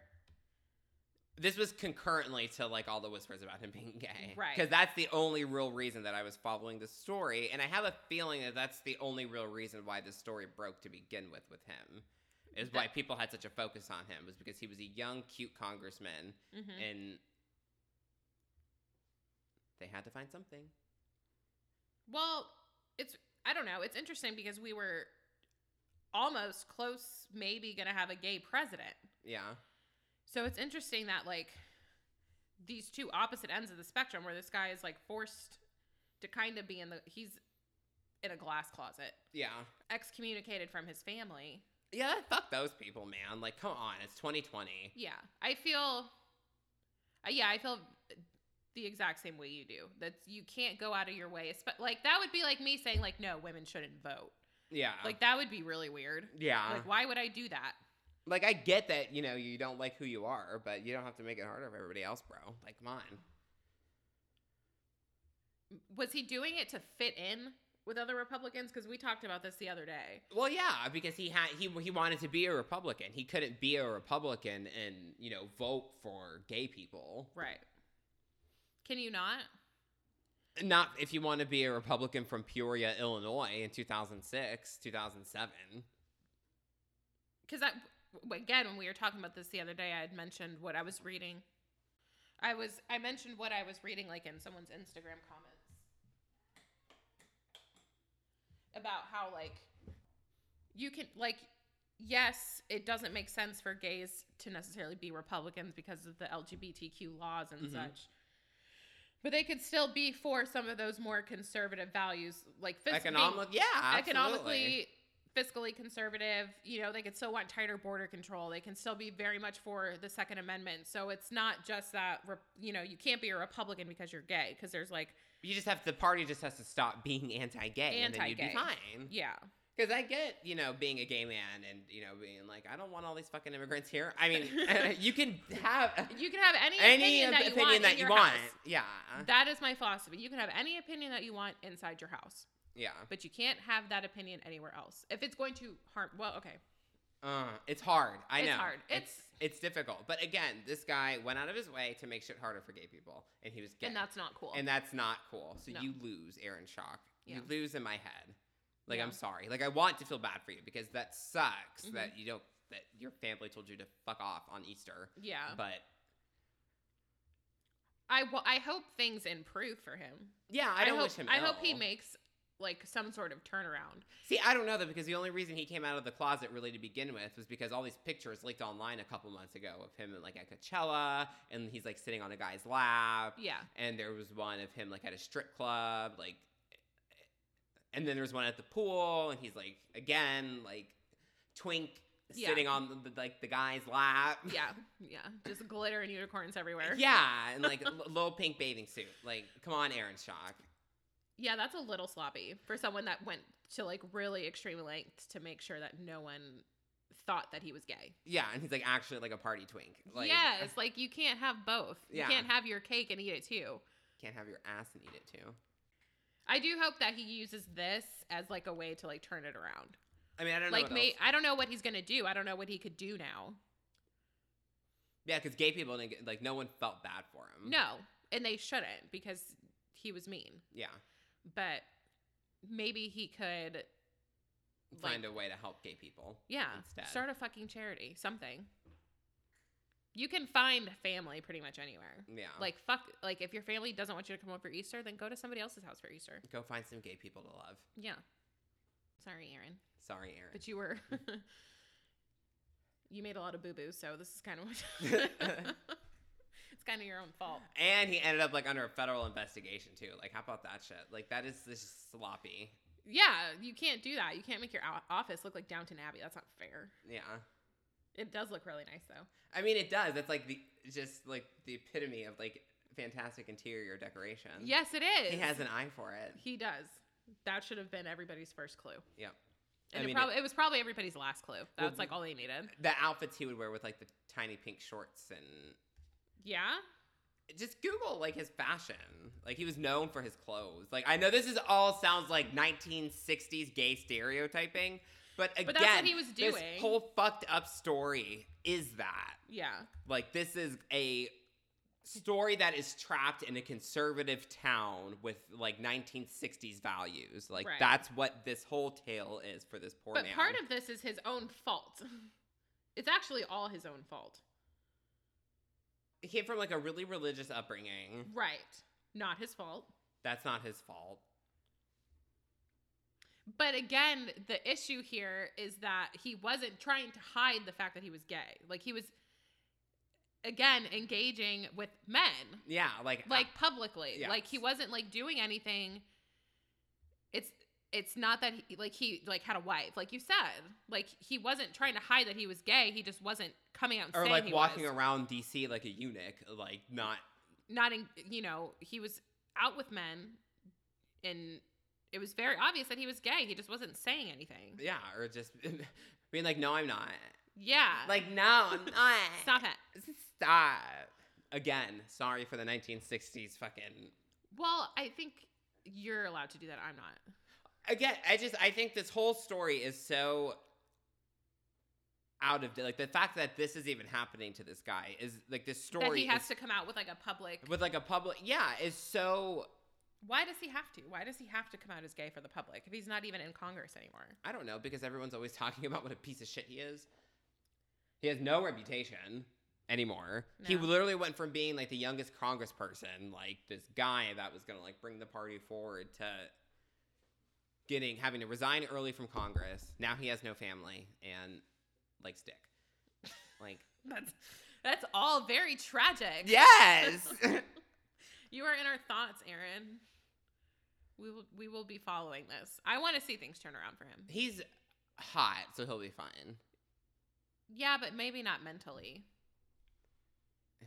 S1: This was concurrently to like all the whispers about him being gay,
S2: Right.
S1: Because that's the only real reason that I was following this story, and I have a feeling that that's the only real reason why this story broke to begin with with him, is why
S2: That-
S1: people had such a focus on him was because he was a young, cute congressman,
S2: hmm
S1: and they had to find something.
S2: Well, it's I don't know. It's interesting because we were almost close, maybe gonna have a gay president.
S1: Yeah,
S2: So it's interesting that like these two opposite ends of the spectrum where this guy is like forced to kind of be in the he's in a glass closet,
S1: yeah.
S2: excommunicated from his family.
S1: Yeah, fuck those people, man. Like, come on, it's 2020.
S2: Yeah. I feel uh, yeah, I feel the exact same way you do. That you can't go out of your way, but like that would be like me saying like no, women shouldn't vote.
S1: Yeah.
S2: Like that would be really weird.
S1: yeah.
S2: Like why would I do that?
S1: Like, I get that, you know, you don't like who you are, but you don't have to make it harder for everybody else, bro. Like, come on.
S2: Was he doing it to fit in with other Republicans because we talked about this the other day.
S1: Well, yeah, because he had he he wanted to be a Republican. He couldn't be a Republican and you know vote for gay people.
S2: Right. Can you not?
S1: Not if you want to be a Republican from Peoria, Illinois, in 2006, 2007.
S2: Because I, w- again, when we were talking about this the other day, I had mentioned what I was reading. I was I mentioned what I was reading like in someone's Instagram comments about how like you can like yes, it doesn't make sense for gays to necessarily be Republicans because of the LGBTQ laws and
S1: Mhm.
S2: such. But they could still be for some of those more conservative values, like fis- being-
S1: Economic, yeah, absolutely.
S2: economically fiscally conservative you know they could still want tighter border control they can still be very much for the second amendment so it's not just that re- you know you can't be a republican because you're gay because there's like
S1: You just have the party just has to stop being anti-gay, and then you'd be
S2: Anti-gay.
S1: fine.
S2: yeah
S1: Because I get, you know, being a gay man and, you know, being like, I don't want all these fucking immigrants here. I mean, you can have
S2: you can have any,
S1: any
S2: opinion that you want,
S1: opinion that
S2: in
S1: you
S2: your
S1: want. Uh-huh.
S2: house.
S1: Yeah.
S2: that is my philosophy you can have any opinion that you want inside your house
S1: Yeah.
S2: but you can't have that opinion anywhere else if it's going to harm well okay
S1: Uh, it's hard. I
S2: It's
S1: know.
S2: hard.
S1: It's it's difficult. But again, this guy went out of his way to make shit harder for gay people, and he was gay.
S2: and that's not cool
S1: And that's not cool. So
S2: No.
S1: you lose, Aaron Shock.
S2: Yeah.
S1: You lose in my head. Like
S2: Yeah.
S1: I'm sorry. Like I want to feel bad for you because that sucks
S2: Mhm.
S1: that you don't that your family told you to fuck off on Easter.
S2: yeah
S1: But
S2: I, well, I hope things improve for him
S1: yeah, I don't
S2: hope,
S1: wish him.
S2: I hope he
S1: ill.
S2: makes like some sort of turnaround.
S1: See, I don't know though, because the only reason he came out of the closet really to begin with was because all these pictures leaked online a couple months ago of him like at Coachella, and he's like sitting on a guy's lap,
S2: Yeah.
S1: and there was one of him like at a strip club, like, and then there was one at the pool, and he's like again like twink
S2: Yeah.
S1: sitting on the, the- like the guy's lap,
S2: Yeah. Yeah. Just glitter and unicorns everywhere.
S1: yeah, and like l- little pink bathing suit. Like, come on, Aaron Shock.
S2: Yeah, that's a little sloppy for someone that went to like really extreme lengths to make sure that no one thought that he was gay.
S1: Yeah, and he's like actually like a party twink. Like,
S2: yes, like you can't have both.
S1: Yeah.
S2: You can't have your cake and eat it too.
S1: can't have your ass and eat it too.
S2: I do hope that he uses this as like a way to like turn it around.
S1: I mean, I don't know.
S2: Like
S1: what
S2: may
S1: else.
S2: I don't know what he's going to do. I don't know what he could do now.
S1: Yeah, because gay people didn't get, like no one felt bad for him.
S2: No. And they shouldn't because he was mean.
S1: Yeah,
S2: But maybe he could like,
S1: find a way to help gay people.
S2: Yeah.
S1: instead.
S2: Start a fucking charity, something. You can find family pretty much anywhere.
S1: Yeah.
S2: Like fuck, like if your family doesn't want you to come over Easter, then go to somebody else's house for Easter.
S1: go find some gay people to love.
S2: Yeah. Sorry, Aaron,
S1: Sorry, Aaron.
S2: but you were you made a lot of boo boos, so this is kind of what. it's kind of your own fault.
S1: And he ended up like under a federal investigation too. Like, how about that shit? Like, that is this is sloppy.
S2: Yeah, you can't do that. You can't make your o- office look like Downton Abbey. That's not fair.
S1: Yeah.
S2: It does look really nice though.
S1: I mean, it does. That's like the just like the epitome of like fantastic interior decoration.
S2: Yes, it is.
S1: Um, He has an eye for it.
S2: He does. That should have been everybody's first clue.
S1: Yep. I
S2: And
S1: mean,
S2: it, prob- it, was probably everybody's last clue.
S1: Well,
S2: That's like all they needed.
S1: the outfits he would wear with like the tiny pink shorts and
S2: Yeah.
S1: just Google like his fashion. Like he was known for his clothes. Like I know this is all sounds like 1960s gay stereotyping, but again,
S2: But that's what he was
S1: this
S2: doing.
S1: whole fucked up story is that
S2: Yeah.
S1: like this is a story that is trapped in a conservative town with like 1960s values. Like
S2: Right.
S1: that's what this whole tale is for this poor
S2: but
S1: man.
S2: part of this is his own fault. it's actually all his own fault.
S1: he came from like a really religious upbringing.
S2: Right. Not his fault.
S1: That's not his fault.
S2: But again, the issue here is that he wasn't trying to hide the fact that he was gay. Like he was again engaging with men,
S1: Yeah, like
S2: like publicly.
S1: Yes.
S2: Like he wasn't like doing anything. It's it's not that he like he like had a wife, like you said. Like he wasn't trying to hide that he was gay. He just wasn't coming out and
S1: or
S2: saying
S1: like
S2: he
S1: walking
S2: was.
S1: around DC like a eunuch, like not
S2: Not in you know he was out with men, and it was very obvious that he was gay. He just wasn't saying anything.
S1: yeah, or just being like, no, I'm not.
S2: Yeah,
S1: Like no, I'm not.
S2: stop it.
S1: Stop. Again, sorry for the 1960s fucking.
S2: Well, I think you're allowed to do that. I'm not.
S1: Again, I just I think this whole story is so out of like the fact that this is even happening to this guy is like this story
S2: that he has
S1: is-
S2: to come out with like a public.
S1: with like a public yeah is so
S2: Why does he have to? Why does he have to come out as gay for the public if he's not even in Congress anymore?
S1: I don't know because everyone's always talking about what a piece of shit he is. He has no reputation anymore. He
S2: No.
S1: literally went from being like the youngest congressperson, like this guy that was going to like bring the party forward to getting having to resign early from Congress. Now he has no family and like stick. Like
S2: That's that's all very tragic.
S1: yes.
S2: You are in our thoughts, Aaron. We will we will be following this. I want to see things turn around for him.
S1: He's hot, so he'll be fine.
S2: Yeah, but maybe not mentally.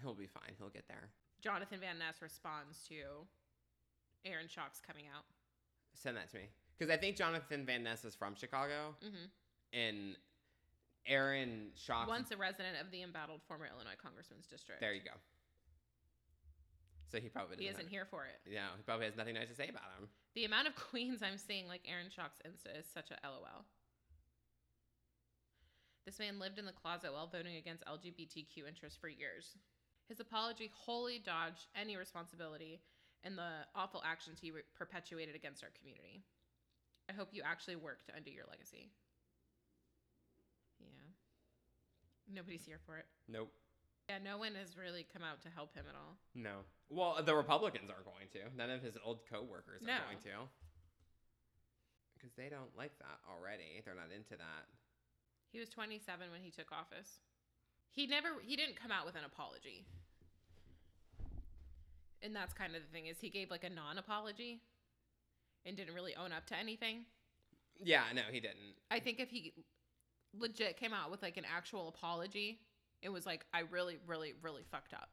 S1: He'll be fine. He'll get there.
S2: Jonathan Van Ness responds to Aaron Shock's coming out.
S1: Send that to me. Because I think Jonathan Van Ness is from Chicago.
S2: hmm
S1: and Aaron Shock.
S2: Once a resident of the embattled former Illinois Congressman's district.
S1: there you go. So he probably
S2: he
S1: doesn't
S2: isn't
S1: have-
S2: here for it.
S1: No, he probably has nothing nice to say about him.
S2: The amount of queens I'm seeing like Aaron Shock's Insta is such a LOL. This man lived in the closet while voting against LGBTQ interests for years. His apology wholly dodged any responsibility in the awful actions he re- perpetuated against our community. I hope you actually work to undo your legacy. Yeah. Nobody's here for it.
S1: Nope.
S2: Yeah, no one has really come out to help him at all.
S1: No. Well, the Republicans are going to. None of his old coworkers are
S2: No.
S1: going to. Because they don't like that already. They're not into that.
S2: He was 27 when he took office. He never he didn't come out with an apology. And that's kind of the thing is he gave like a non-apology and didn't really own up to anything.
S1: Yeah, no, he didn't.
S2: I think if he legit came out with like an actual apology, it was like I really really really fucked up.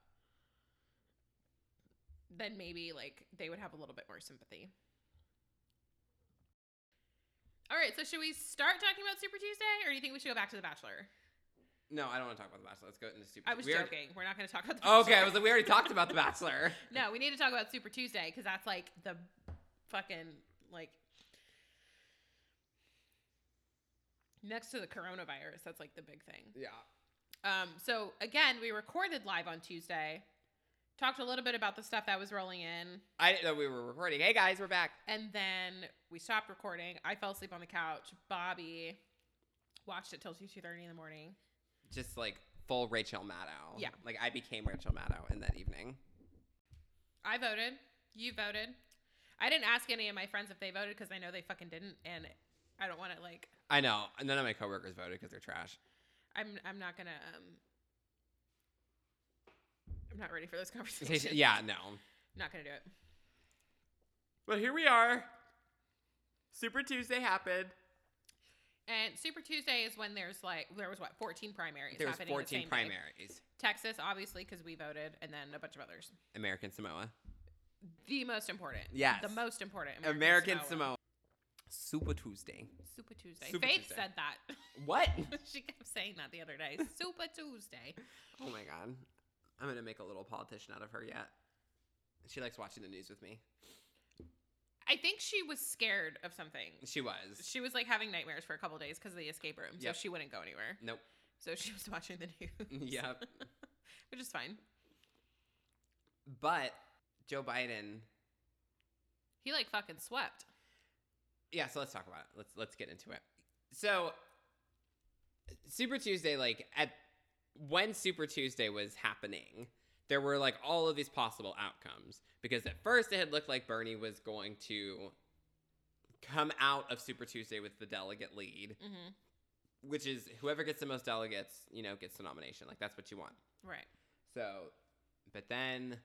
S2: Then maybe like they would have a little bit more sympathy. All right, so should we start talking about Super Tuesday or do you think we should go back to The Bachelor?
S1: No, I don't want to talk about The Bachelor. Let's go into Super
S2: I was
S1: we already-
S2: joking. We're not going to talk about the
S1: Okay, I
S2: Bachelor.
S1: was like, we already talked about The Bachelor.
S2: no, we need to talk about Super Tuesday because that's like the fucking like next to the coronavirus. That's like the big thing.
S1: Yeah.
S2: Um, so again, we recorded live on Tuesday, talked a little bit about the stuff that was rolling in,
S1: I didn't know we were recording. Hey, guys, we're back.
S2: and then we stopped recording. I fell asleep on the couch. Bobby watched it till two two thirty in the morning.
S1: Just like full Rachel Maddow.
S2: Yeah.
S1: Like, I became Rachel Maddow in that evening.
S2: I voted. You voted. I didn't ask any of my friends if they voted because I know they fucking didn't, and I don't want to like.
S1: I know. None of my coworkers voted because they're trash.
S2: I'm I'm not gonna um I'm not ready for this conversation.
S1: Yeah, no.
S2: Not gonna do it.
S1: But here we are. Super Tuesday happened.
S2: And Super Tuesday is when there's like there was what 14 primaries
S1: There was
S2: happening
S1: 14
S2: 14
S1: primaries.
S2: Texas obviously cuz we voted and then a bunch of others.
S1: American Samoa.
S2: The most important.
S1: Yes.
S2: The most important
S1: American, Samoa. Super Tuesday.
S2: Super Tuesday.
S1: Super
S2: Faith
S1: Tuesday.
S2: said that.
S1: What?
S2: she kept saying that the other day. Super Tuesday.
S1: oh my god. I'm gonna make a little politician out of her yet. She likes watching the news with me.
S2: I think she was scared of something.
S1: She was.
S2: She was like having nightmares for a couple days because of the escape room, so
S1: Yep.
S2: she wouldn't go anywhere.
S1: Nope.
S2: So she was watching the news.
S1: Yep.
S2: Which is fine.
S1: But Joe Biden.
S2: He like fucking swept.
S1: Yeah, so let's talk about it. Let's let's get into it. So Super Tuesday, like at when Super Tuesday was happening, there were like all of these possible outcomes. Because at first it had looked like Bernie was going to come out of Super Tuesday with the delegate lead,
S2: Mm-hmm.
S1: which is whoever gets the most delegates, you know, gets the nomination. Like that's what you want.
S2: Right.
S1: So, but then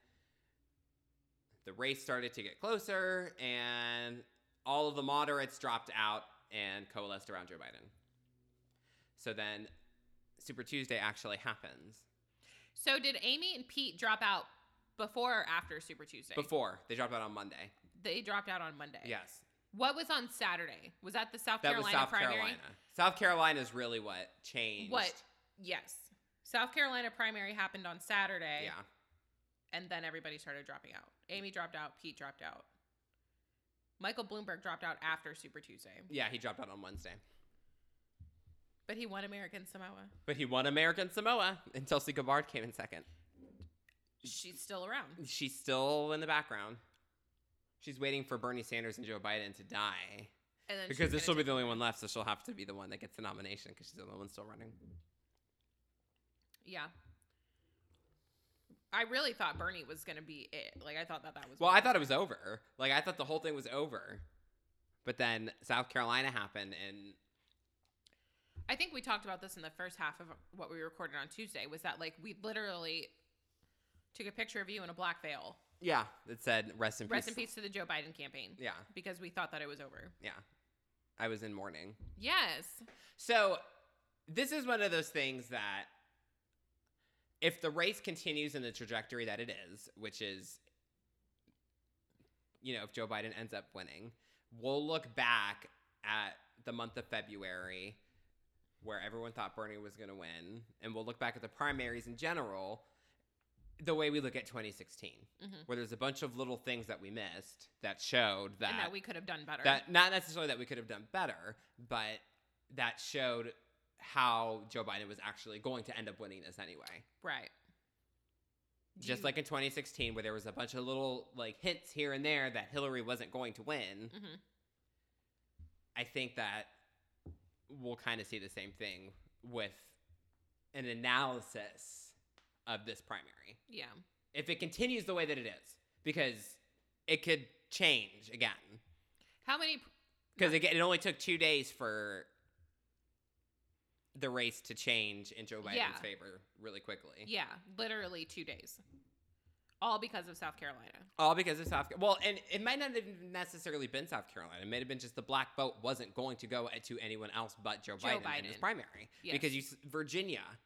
S1: the race started to get closer, and all of the moderates dropped out and coalesced around Joe Biden. So then Super Tuesday actually happens
S2: So did Amy and Pete drop out before or after Super Tuesday?
S1: before they dropped out on Monday.
S2: They dropped out on Monday.
S1: Yes,
S2: What was on Saturday? Was that the South
S1: that
S2: Carolina
S1: was South
S2: primary?
S1: Carolina. South Carolina is really what changed.
S2: What? Yes. South Carolina primary happened on Saturday.
S1: Yeah,
S2: And then everybody started dropping out. Amy dropped out. Pete dropped out. Michael Bloomberg dropped out after Super Tuesday,
S1: yeah, he dropped out on Wednesday,
S2: but he won American Samoa.
S1: but he won American Samoa until Tulsi Gabbard came in second.
S2: She's still around.
S1: She's still in the background. She's waiting for Bernie Sanders and Joe Biden to die.
S2: And then
S1: Because
S2: she's
S1: this will
S2: gonna
S1: be the only one left, so she'll have to be the one that gets the nomination because she's the only one still running.
S2: take- yeah. I really thought Bernie was gonna be it. Like I thought that that was.
S1: Well, I
S2: Bernie.
S1: thought it was over. Like, I thought the whole thing was over. But then South Carolina happened, and
S2: I think we talked about this in the first half of what we recorded on Tuesday. Was that like we literally took a picture of you in a black veil.
S1: yeah, it said rest in peace.
S2: Rest in peace to the Joe Biden campaign.
S1: Yeah,
S2: Because we thought that it was over.
S1: yeah. I was in mourning.
S2: Yes.
S1: So, this is one of those things that if the race continues in the trajectory that it is, which is, you know, if Joe Biden ends up winning, we'll look back at the month of February where everyone thought Bernie was going to win, and we'll look back at the primaries in general the way we look at 2016,
S2: Mhm.
S1: where there's a bunch of little things that we missed that showed that
S2: and that we could have done better.
S1: that not necessarily that we could have done better, but that showed how Joe Biden was actually going to end up winning this anyway.
S2: right. Do
S1: Just
S2: you-
S1: like in 2016, where there was a bunch of little like hints here and there that Hillary wasn't going to win.
S2: Mhm.
S1: I think that we'll kind of see the same thing with an analysis of this primary
S2: Yeah.
S1: if it continues the way that it is, because it could change again.
S2: How many?
S1: Because again, it only took two days for the race to change in Joe Biden's
S2: Yeah.
S1: favor really quickly.
S2: Yeah, literally two days. All because of South Carolina.
S1: All because of South Carolina. Well, and it might not have necessarily been South Carolina. It might have been just the black vote wasn't going to go at- to anyone else but Joe,
S2: Joe
S1: Biden, in his
S2: Biden.
S1: primary.
S2: Yes.
S1: Because you, s- Virginia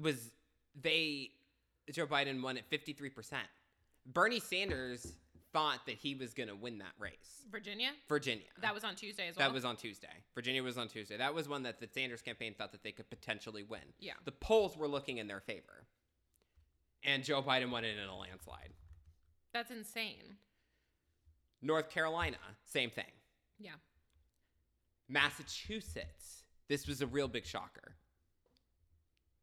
S1: was, they, Joe Biden won at 53%. Bernie Sanders thought that he was going to win that race.
S2: Virginia?
S1: Virginia.
S2: That was on Tuesday as well.
S1: That was on Tuesday. Virginia was on Tuesday. That was one that the Sanders campaign thought that they could potentially win.
S2: Yeah.
S1: The polls were looking in their favor. And Joe Biden won it in a landslide.
S2: That's insane.
S1: North Carolina, same thing.
S2: Yeah.
S1: Massachusetts, this was a real big shocker.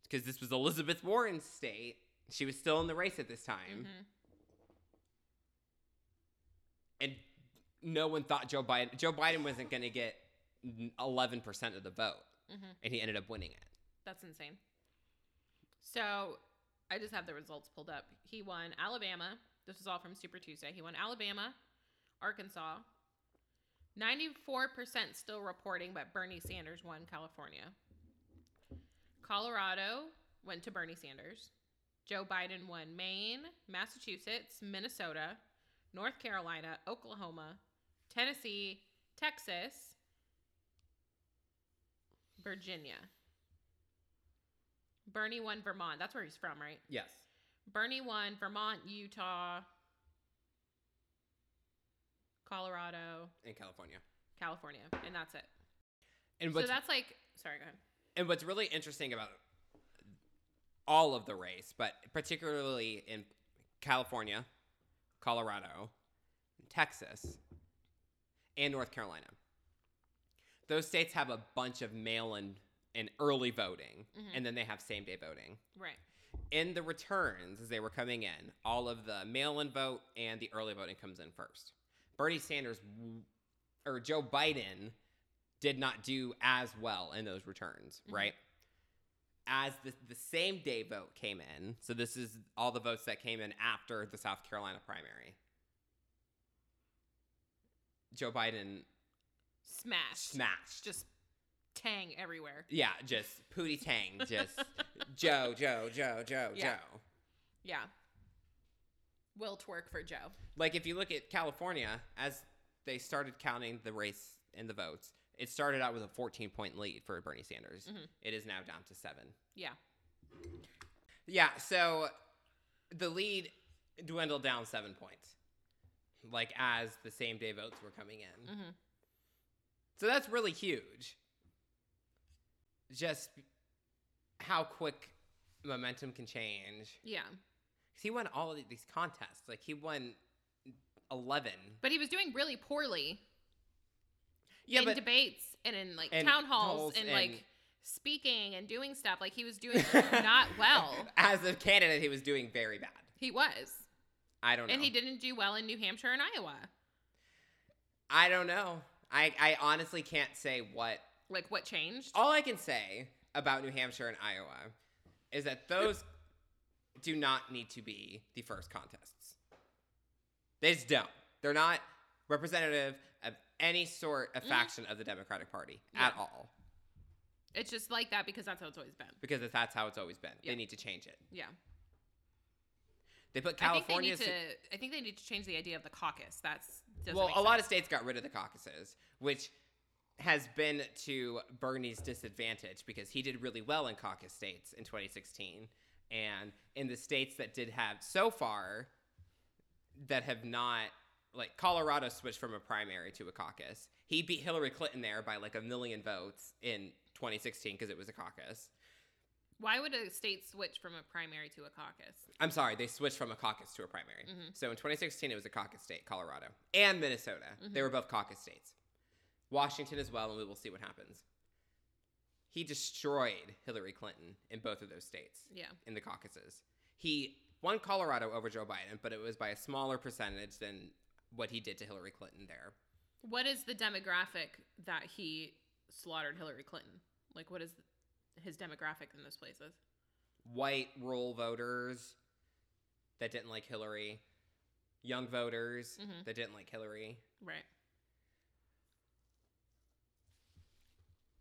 S1: Because this was Elizabeth Warren's state. She was still in the race at this time.
S2: Mhm.
S1: And no one thought Joe Biden Joe Biden wasn't going to get 11% of the vote.
S2: Mhm.
S1: And he ended up winning it.
S2: That's insane. So I just have the results pulled up. He won Alabama. This is all from Super Tuesday. He won Alabama, Arkansas. 94% still reporting, but Bernie Sanders won California. Colorado went to Bernie Sanders. Joe Biden won Maine, Massachusetts, Minnesota, North Carolina, Oklahoma, Tennessee, Texas, Virginia. Bernie won Vermont. That's where he's from, right?
S1: Yes.
S2: Bernie won Vermont, Utah, Colorado,
S1: In California.
S2: California, and that's it.
S1: And
S2: So
S1: what's
S2: that's like, sorry, go ahead.
S1: and what's really interesting about all of the race, but particularly in California, Colorado, Texas, and North Carolina, those states have a bunch of mail in and early voting,
S2: Mhm.
S1: and then they have same day voting.
S2: Right.
S1: In the returns, as they were coming in, all of the mail in vote and the early voting comes in first. Bernie Sanders w- or Joe Biden did not do as well in those returns,
S2: Mhm.
S1: right? As the, the same day vote came in, so this is all the votes that came in after the South Carolina primary. Joe Biden
S2: Smashed.
S1: smashed.
S2: Just tang everywhere.
S1: yeah, just pooty tang, just Joe, Joe, Joe, Joe,
S2: Yeah.
S1: Joe.
S2: Yeah. Will twerk for Joe.
S1: like if you look at California as they started counting the race and the votes, it started out with a 14 point lead for Bernie Sanders.
S2: Mhm.
S1: It is now down to seven.
S2: Yeah.
S1: Yeah, so the lead dwindled down seven points, like as the same day votes were coming in.
S2: Mhm.
S1: So that's really huge. Just how quick momentum can change.
S2: Yeah.
S1: 'Cause he won all of these contests. Like he won 11.
S2: But he was doing really poorly
S1: Yeah,
S2: in
S1: but
S2: debates and in like
S1: and
S2: town halls
S1: halls
S2: and,
S1: and-
S2: like speaking and doing stuff. Like he was doing not well.
S1: As a candidate, he was doing very bad.
S2: He was.
S1: I don't know.
S2: And he didn't do well in New Hampshire and Iowa.
S1: I don't know. I, I honestly can't say what.
S2: Like what changed?
S1: All I can say about New Hampshire and Iowa is that those do not need to be the first contests. They just don't. They're not representative of any sort of
S2: Mhm.
S1: faction of the Democratic Party at
S2: Yeah.
S1: all
S2: It's just like that because that's how it's always been.
S1: because that's how it's always been.
S2: Yeah.
S1: They need to change it.
S2: Yeah.
S1: They put
S2: I
S1: California.
S2: think they need to I think they need to change the idea of the caucus. That's doesn't
S1: well,
S2: make
S1: a
S2: sense.
S1: lot of states got rid of the caucuses, which has been to Bernie's disadvantage because he did really well in caucus states in 2016. And in the states that did have so far that have not, like Colorado switched from a primary to a caucus. He beat Hillary Clinton there by like a million votes in 2016 because it was a caucus.
S2: Why would a state switch from a primary to a caucus?
S1: I'm sorry, they switched from a caucus to a primary.
S2: Mhm.
S1: So in 2016, it was a caucus state, Colorado and Minnesota. They were both caucus states. Washington as well, and we will see what happens. He destroyed Hillary Clinton in both of those states
S2: Yeah.
S1: in the caucuses. He won Colorado over Joe Biden, but it was by a smaller percentage than what he did to Hillary Clinton there.
S2: What is the demographic that he slaughtered Hillary Clinton? Like, what is his demographic in those places?
S1: White rural voters that didn't like Hillary, young voters
S2: Mhm.
S1: that didn't like Hillary.
S2: Right.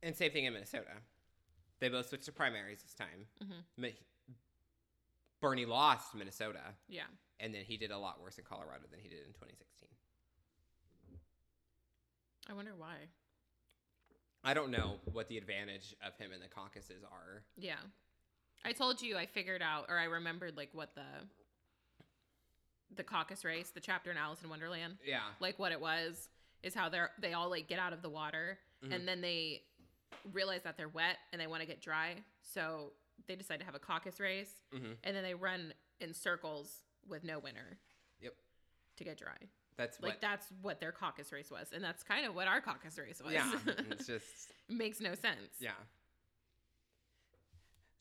S1: And same thing in Minnesota. They both switched to primaries this time.
S2: Mhm.
S1: Mi- Bernie lost Minnesota,
S2: Yeah.
S1: and then he did a lot worse in Colorado than he did in 2016.
S2: I wonder why.
S1: I don't know what the advantage of him in the caucuses are.
S2: Yeah. I told you I figured out or I remembered like what the the caucus race, the chapter in Alice in Wonderland,
S1: Yeah.
S2: like what it was is how they're they all like get out of the water
S1: Mhm.
S2: and then they realize that they're wet and they want to get dry, so they decide to have a caucus race
S1: Mhm.
S2: and then they run in circles with no winner.
S1: Yep.
S2: To get dry.
S1: That's
S2: Like
S1: what.
S2: that's what their caucus race was, and that's kind of what our caucus race was.
S1: yeah. mm-hmm. it's just,
S2: makes no sense.
S1: yeah.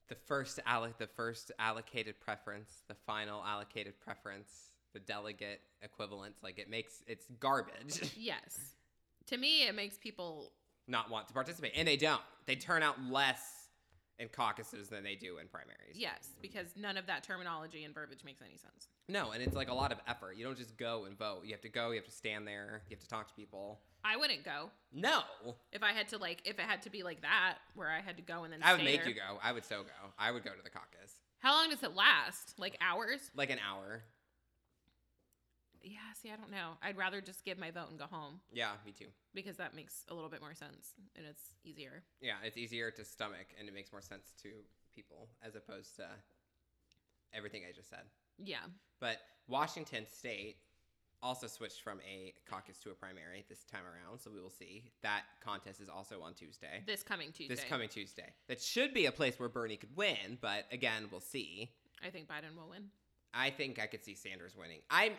S1: The first, alloc- the first allocated preference, the final allocated preference, the delegate equivalence, like it makes, it's garbage.
S2: Yes. To me, it makes people
S1: not want to participate. And they don't. They turn out less in caucuses than they do in primaries.
S2: yes because none of that terminology and verbiage makes any sense.
S1: No, and it's like a lot of effort. You don't just go and vote. You have to go, you have to stand there, you have to talk to people.
S2: I wouldn't go
S1: No,
S2: if I had to like if it had to be like that where I had to go and then
S1: I would
S2: stay
S1: make
S2: there.
S1: you go. I would so go. I would go to the caucus
S2: How long does it last? Like hours?
S1: like an hour.
S2: Yeah. See, I don't know. I'd rather just give my vote and go home
S1: Yeah, me too.
S2: because that makes a little bit more sense and it's easier.
S1: Yeah, it's easier to stomach and it makes more sense to people as opposed to everything I just said.
S2: Yeah.
S1: But Washington State also switched from a caucus to a primary this time around, so we will see. That contest is also on Tuesday.
S2: This coming Tuesday.
S1: This coming Tuesday. That should be a place where Bernie could win, but again, we'll see.
S2: I think Biden will win.
S1: I think I could see Sanders winning. I'm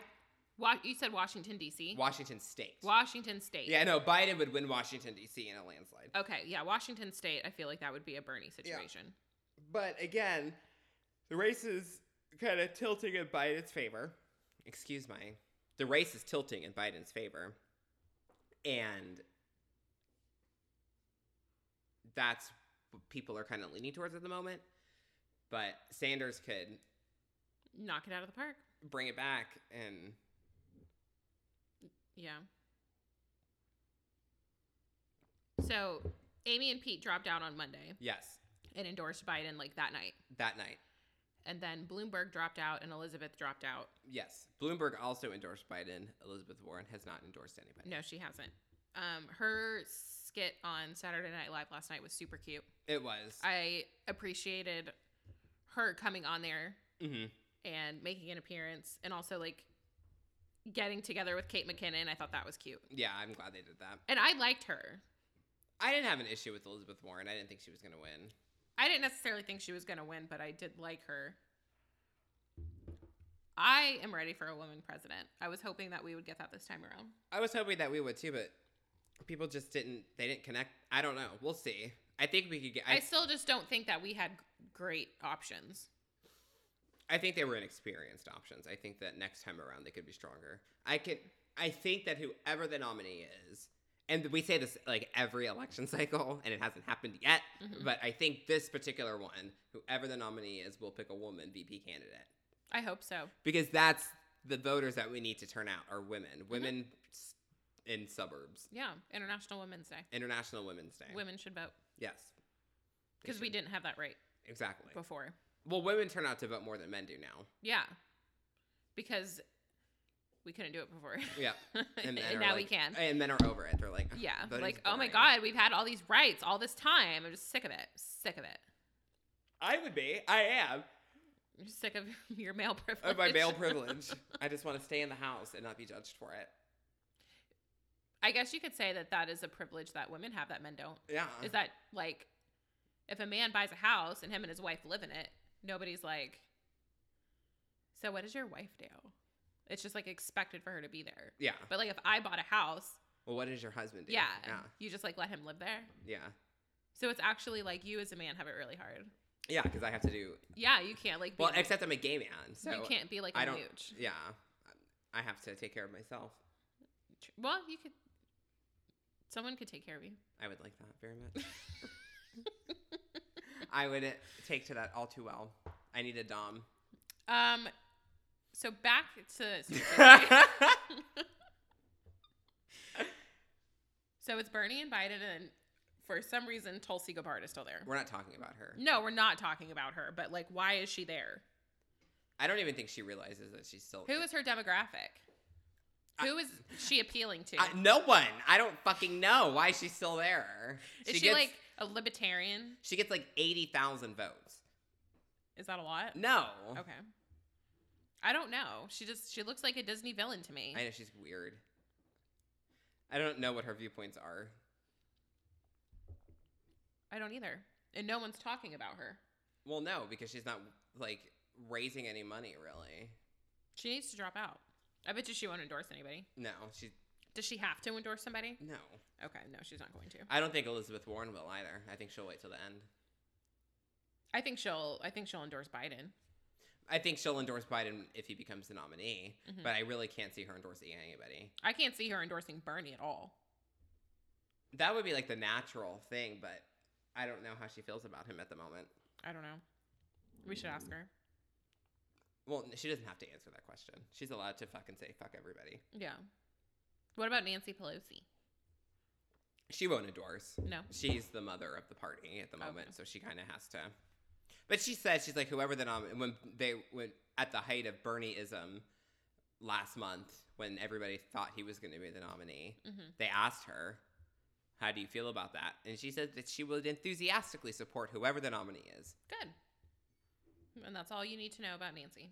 S2: Wa- you said Washington D.C.
S1: Washington State.
S2: Washington State.
S1: Yeah, no, Biden would win Washington D.C. in a landslide.
S2: Okay. Yeah. Washington State. I feel like that would be a Bernie situation.
S1: But again, the race is kind of tilting in Biden's favor. Excuse my. The race is tilting in Biden's favor. And that's what people are kind of leaning towards at the moment. But Sanders could
S2: Knock it out of the park.
S1: bring it back and
S2: Yeah. So Amy and Pete dropped out on Monday
S1: yes,
S2: and endorsed Biden like that night.
S1: that night.
S2: And then Bloomberg dropped out and Elizabeth dropped out.
S1: Yes. Bloomberg also endorsed Biden. Elizabeth Warren has not endorsed anybody.
S2: No, she hasn't. Um, her skit on Saturday Night Live last night was super cute.
S1: It was.
S2: I appreciated her coming on there
S1: hmm
S2: and making an appearance and also like getting together with Kate McKinnon. I thought that was cute.
S1: Yeah, I'm glad they did that.
S2: And I liked her.
S1: I didn't have an issue with Elizabeth Warren. I didn't think she was going to win.
S2: I didn't necessarily think she was going to win, but I did like her. I am ready for a woman president. I was hoping that we would get that this time around.
S1: I was hoping that we would too, but people just didn't. They didn't connect. I don't know. We'll see. I think we could get.
S2: I,
S1: I,
S2: still just don't think that we had great options.
S1: I think they were inexperienced options. I think that next time around they could be stronger. I could. I think that whoever the nominee is, and we say this like every election cycle, and it hasn't happened yet,
S2: Mhm.
S1: but I think this particular one, whoever the nominee is, will pick a woman VP candidate
S2: I hope so.
S1: because that's the voters that we need to turn out are women,
S2: Mm-hmm.
S1: women s in suburbs,
S2: Yeah, International Women's Day.
S1: International Women's Day.
S2: Women should vote
S1: Yes. They
S2: because we
S1: should.
S2: didn't have that right
S1: Exactly.
S2: before.
S1: Well, women turn out to vote more than men do now.
S2: Yeah, because we couldn't do it before.
S1: Yeah.
S2: and,
S1: men are
S2: now we
S1: like-
S2: can.
S1: And men are over it. They're like, "Ugh,
S2: yeah,
S1: voting's
S2: like oh my
S1: boring."
S2: god, we've had all these rights all this time. I'm just sick of it. Sick of it.
S1: I would be. I am.
S2: I'm just sick of your male privilege.
S1: Of my male privilege. I just want to stay in the house and not be judged for it.
S2: I guess you could say that that is a privilege that women have that men don't.
S1: Yeah.
S2: Is that like if a man buys a house and him and his wife live in it, nobody's like, so what does your wife do? It's just like expected for her to be there.
S1: yeah.
S2: But like if I bought a house,
S1: Well, what does your husband do?
S2: yeah,
S1: Yeah.
S2: you just like let him live there.
S1: Yeah.
S2: So it's actually like you as a man have it really hard.
S1: Yeah. Because I have to do.
S2: Yeah, you can't like be
S1: Well,
S2: like-
S1: except I'm a gay man. So
S2: you can't be like a
S1: I don't.
S2: mooch.
S1: Yeah. I have to take care of myself.
S2: Tr- Well, you could. Someone could take care of you.
S1: I would like that very much. I would take to that all too well. I need a Dom.
S2: Um, so back to specifically- so it's Bernie and Biden, and for some reason Tulsi Gabbard is still there.
S1: We're not talking about her.
S2: No, we're not talking about her, but like, why is she there?
S1: I don't even think she realizes that she's still.
S2: Who is her demographic? Who is she appealing to?
S1: I, no one. I don't fucking know why she's still there.
S2: is she like a libertarian?
S1: She gets like eighty thousand votes.
S2: Is that a lot?
S1: No.
S2: Okay. I don't know. She just she looks like a Disney villain to me.
S1: I know she's weird. I don't know what her viewpoints are.
S2: I don't either. And no one's talking about her.
S1: Well, no, because she's not like raising any money really.
S2: She needs to drop out. I bet you she won't endorse anybody.
S1: No, she
S2: Does she have to endorse somebody?
S1: no.
S2: Okay, no, she's not going to.
S1: I don't think Elizabeth Warren will either. I think she'll wait till the end.
S2: I think she'll I think she'll endorse Biden.
S1: I think she'll endorse Biden if he becomes the nominee,
S2: Mhm.
S1: but I really can't see her endorsing anybody.
S2: I can't see her endorsing Bernie at all.
S1: That would be like the natural thing, but I don't know how she feels about him at the moment.
S2: I don't know. We should ask her.
S1: Well, n- she doesn't have to answer that question. She's allowed to fucking say fuck everybody.
S2: Yeah. What about Nancy Pelosi?
S1: She won't endorse.
S2: No.
S1: She's the mother of the party at the moment,
S2: Okay.
S1: so she kind of has to. But she said she's like whoever the nom when they when at the height of Bernieism last month when everybody thought he was going to be the nominee,
S2: Mhm.
S1: they asked her, "How do you feel about that?" And she said that she would enthusiastically support whoever the nominee is.
S2: Good. And that's all you need to know about Nancy.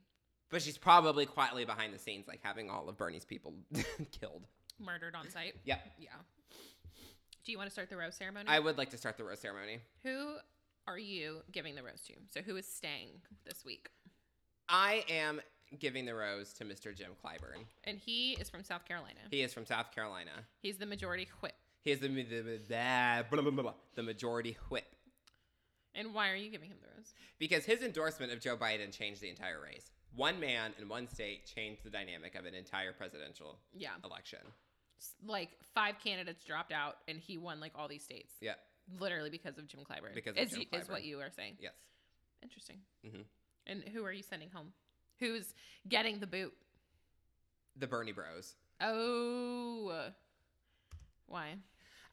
S1: But she's probably quietly behind the scenes, like having all of Bernie's people killed.
S2: Murdered on site.
S1: Yep.
S2: Yeah. Do you want to start the rose ceremony?
S1: I would like to start the rose ceremony.
S2: who are you giving the rose to? So who is staying this week?
S1: I am giving the rose to Mr. Jim Clyburn.
S2: And he is from South Carolina.
S1: He is from South Carolina.
S2: He's the majority whip.
S1: He is the the, the, the- blah, blah, blah, blah, the majority whip
S2: And why are you giving him the rose?
S1: because his endorsement of Joe Biden changed the entire race. One man in one state changed the dynamic of an entire presidential
S2: Yeah.
S1: election.
S2: S- Like five candidates dropped out and he won like all these states.
S1: Yeah.
S2: Literally because of Jim Clyburn.
S1: Because of
S2: is,
S1: Jim
S2: y- is what
S1: Clyburn.
S2: you are saying.
S1: Yes.
S2: Interesting.
S1: Mhm.
S2: And who are you sending home? Who's getting the boot?
S1: The Bernie Bros.
S2: Oh. Why?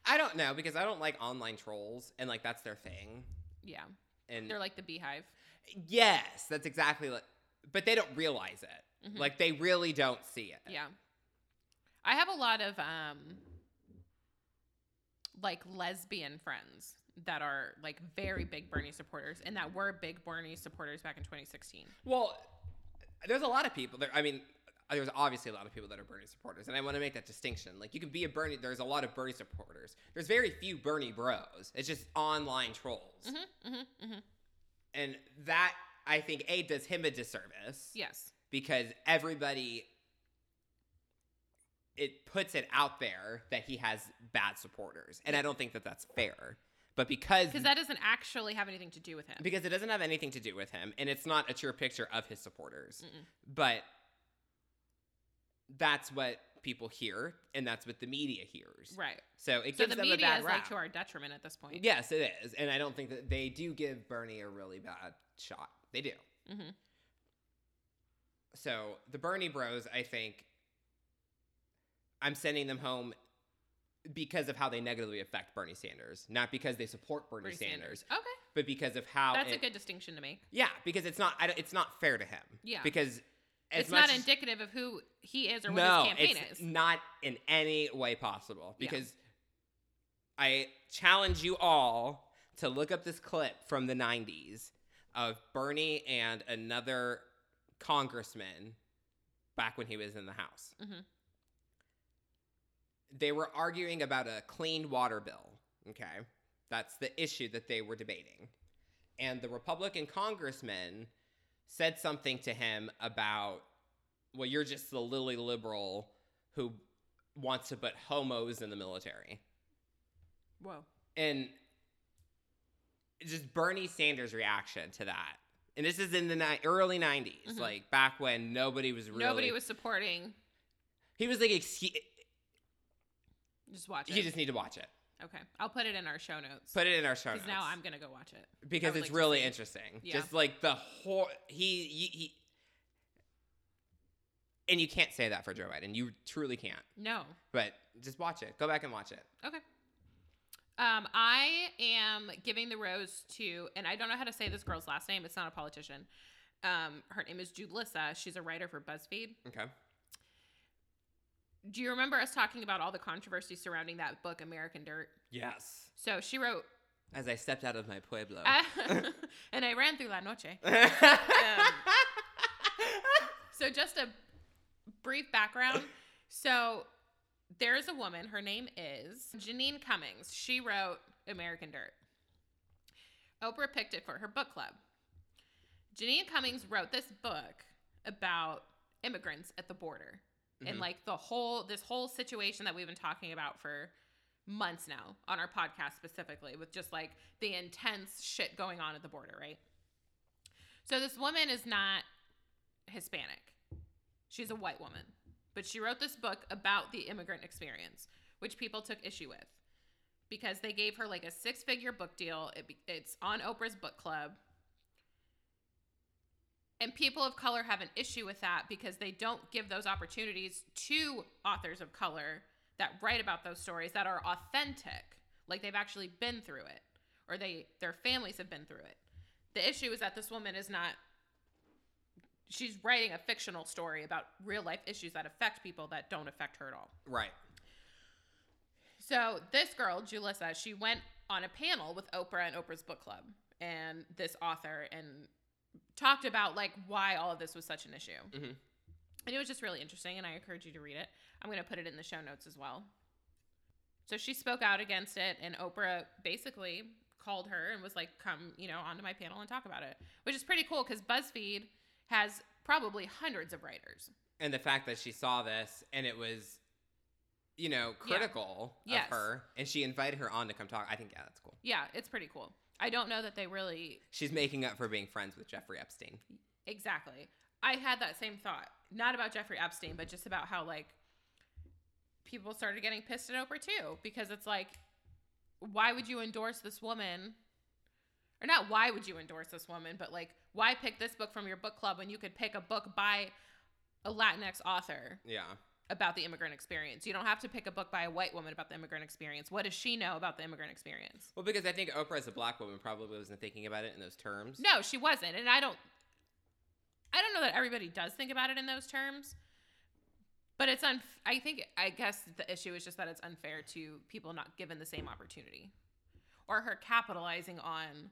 S1: I don't know because I don't like online trolls and like that's their thing.
S2: Yeah.
S1: And
S2: They're like the beehive.
S1: yes, that's exactly like but they don't realize it.
S2: Mhm.
S1: Like they really don't see it.
S2: Yeah. I have a lot of um like lesbian friends that are like very big Bernie supporters and that were big Bernie supporters back in 2016.
S1: Well, there's a lot of people. There, I mean, there's obviously a lot of people that are Bernie supporters, and I want to make that distinction. Like, you can be a Bernie. There's a lot of Bernie supporters. There's very few Bernie Bros. It's just online trolls,
S2: Mm-hmm, mm-hmm.
S1: and that I think a does him a disservice
S2: Yes.
S1: because everybody it puts it out there that he has bad supporters, and I don't think that that's fair. But because
S2: Because that doesn't actually have anything to do with him.
S1: Mm-hmm. because it doesn't have anything to do with him and it's not a true picture of his supporters
S2: Mm-mm.
S1: but that's what people hear and that's what the media hears
S2: right.
S1: so it
S2: So
S1: gives
S2: the
S1: them
S2: media
S1: a bad
S2: is
S1: rap
S2: like to our detriment at this point.
S1: yes it is and i don't think that they do give bernie a really bad shot they do
S2: Mm-hmm.
S1: so the bernie bros i think i'm sending them home because of how they negatively affect bernie sanders not because they support bernie, sanders,
S2: Okay.
S1: but because of how
S2: That's
S1: it-
S2: a good distinction to make.
S1: Yeah, because it's not I don't- it's not fair to him.
S2: Yeah.
S1: because as
S2: it's not
S1: much as-
S2: indicative of who he is or what
S1: no,
S2: his campaign
S1: it's
S2: is.
S1: not in any way possible.
S2: Yeah.
S1: Because I challenge you all to look up this clip from the '90s of Bernie and another congressman back when he was in the House.
S2: Mhm.
S1: They were arguing about a clean water bill. Okay, that's the issue that they were debating, and the Republican congressman said something to him about, well, you're just the lily liberal who wants to put homos in the military.
S2: Whoa.
S1: And it's just Bernie Sanders' reaction to that. And this is in the ni- early 90s,
S2: Mhm.
S1: like back when nobody was really.
S2: Nobody was supporting.
S1: He was like, excuse,
S2: Just watch it.
S1: you just need to watch it.
S2: okay. I'll put it in our show notes.
S1: Put it in our show notes.
S2: Because now I'm gonna go watch it. I
S1: because
S2: would
S1: it's
S2: like to
S1: really
S2: see.
S1: interesting.
S2: Yeah.
S1: Just like the whole he, he he and you can't say that for Joe Biden. You truly can't.
S2: No.
S1: But just watch it. Go back and watch it.
S2: Okay. Um, I am giving the rose to, and I don't know how to say this girl's last name. It's not a politician. Um, her name is Julissa. She's a writer for BuzzFeed.
S1: Okay.
S2: Do you remember us talking about all the controversy surrounding that book, American Dirt?
S1: Yes.
S2: So she wrote,
S1: As I stepped out of my pueblo.
S2: Ah. and I ran through La Noche. Um, So just a brief background. So there is a woman. Her name is Janine Cummings. She wrote American Dirt. Oprah picked it for her book club. Janine Cummings wrote this book about immigrants at the border and
S1: Mhm.
S2: like the whole this whole situation that we've been talking about for months now on our podcast specifically with just like the intense shit going on at the border, right? So this woman is not Hispanic. She's a white woman. But she wrote this book about the immigrant experience, which people took issue with because they gave her like a six figure book deal. It, be- it's on Oprah's book club. And people of color have an issue with that because they don't give those opportunities to authors of color that write about those stories that are authentic, like they've actually been through it or they their families have been through it. The issue is that this woman is not she's writing a fictional story about real life issues that affect people that don't affect her at all.
S1: Right.
S2: So this girl, Julissa, she went on a panel with Oprah and Oprah's book club and this author and talked about like why all of this was such an issue.
S1: Mhm.
S2: And it was just really interesting and I encourage you to read it. I'm going to put it in the show notes as well. So she spoke out against it and Oprah basically called her and was like come, you know, onto my panel and talk about it, which is pretty cool cuz BuzzFeed has probably hundreds of writers.
S1: And the fact that she saw this and it was, you know, critical
S2: Yes.
S1: of her, and she invited her on to come talk. I think yeah, that's cool.
S2: Yeah, it's pretty cool. I don't know that they really
S1: She's making up for being friends with Jeffrey Epstein.
S2: Exactly. I had that same thought, not about Jeffrey Epstein, but just about how like people started getting pissed at Oprah too, because it's like, why would you endorse this woman? Or not why would you endorse this woman, but like, why pick this book from your book club when you could pick a book by a Latinx author
S1: Yeah.
S2: about the immigrant experience? You don't have to pick a book by a white woman about the immigrant experience. What does she know about the immigrant experience?
S1: Well, because I think Oprah as a black woman probably wasn't thinking about it in those terms.
S2: No, she wasn't. And I don't I don't know that everybody does think about it in those terms. But it's un I think I guess the issue is just that it's unfair to people not given the same opportunity or her capitalizing on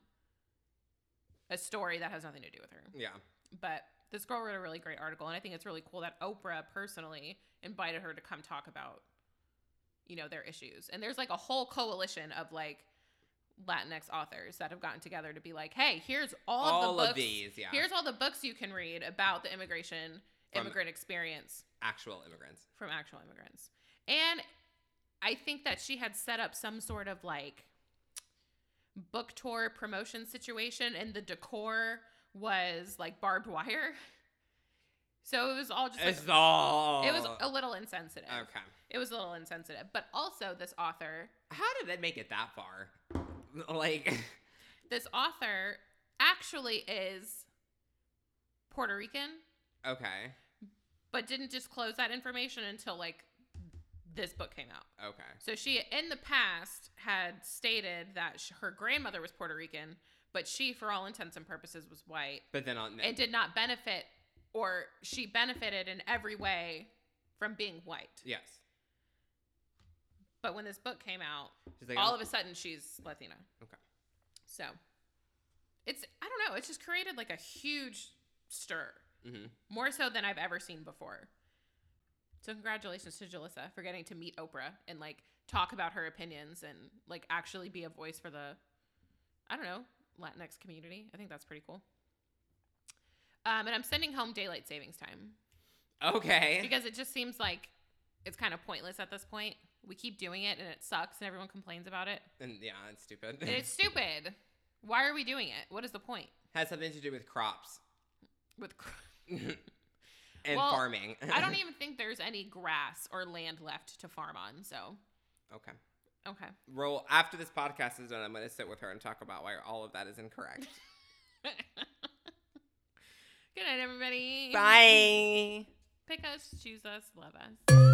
S2: a story that has nothing to do with her.
S1: Yeah.
S2: But this girl wrote a really great article and I think it's really cool that Oprah personally invited her to come talk about you know their issues. And there's like a whole coalition of like Latinx authors that have gotten together to be like, "Hey, here's all,
S1: All
S2: of the
S1: of
S2: books.
S1: these, yeah.
S2: Here's all the books you can read about the immigration
S1: From-
S2: immigrant experience
S1: Actual immigrants.
S2: from actual immigrants." And I think that she had set up some sort of like book tour promotion situation and the decor was like barbed wire. So it was all just like,
S1: It's all.
S2: it was a little insensitive.
S1: Okay.
S2: It was a little insensitive. But also this author
S1: How did that make it that far? Like,
S2: this author actually is Puerto Rican,
S1: okay.
S2: but didn't disclose that information until like this book came out.
S1: Okay.
S2: So she, in the past, had stated that sh- her grandmother was Puerto Rican, but she, for all intents and purposes, was white
S1: But then on.
S2: and did not benefit, or she benefited in every way from being white.
S1: yes.
S2: But when this book came out,
S1: She's like,
S2: all
S1: oh,
S2: of a sudden she's Latina.
S1: Okay.
S2: So it's I don't know, it's just created like a huge stir.
S1: Mhm.
S2: More so than I've ever seen before. So congratulations to Jalissa for getting to meet Oprah and like talk about her opinions and like actually be a voice for the I don't know, Latinx community. I think that's pretty cool. Um, and I'm sending home daylight savings time
S1: Okay.
S2: because it just seems like it's kind of pointless at this point. We keep doing it and it sucks and everyone complains about it.
S1: and yeah, it's stupid.
S2: And it's stupid. Why are we doing it? What is the point?
S1: has something to do with crops
S2: With cr-
S1: and
S2: Well,
S1: farming.
S2: I don't e- even think there's any grass or land left to farm on. So
S1: okay.
S2: okay,
S1: Roll after this podcast is done. I'm going to sit with her and talk about why all of that is incorrect.
S2: good night, everybody.
S1: Bye.
S2: Pick us, choose us, love us.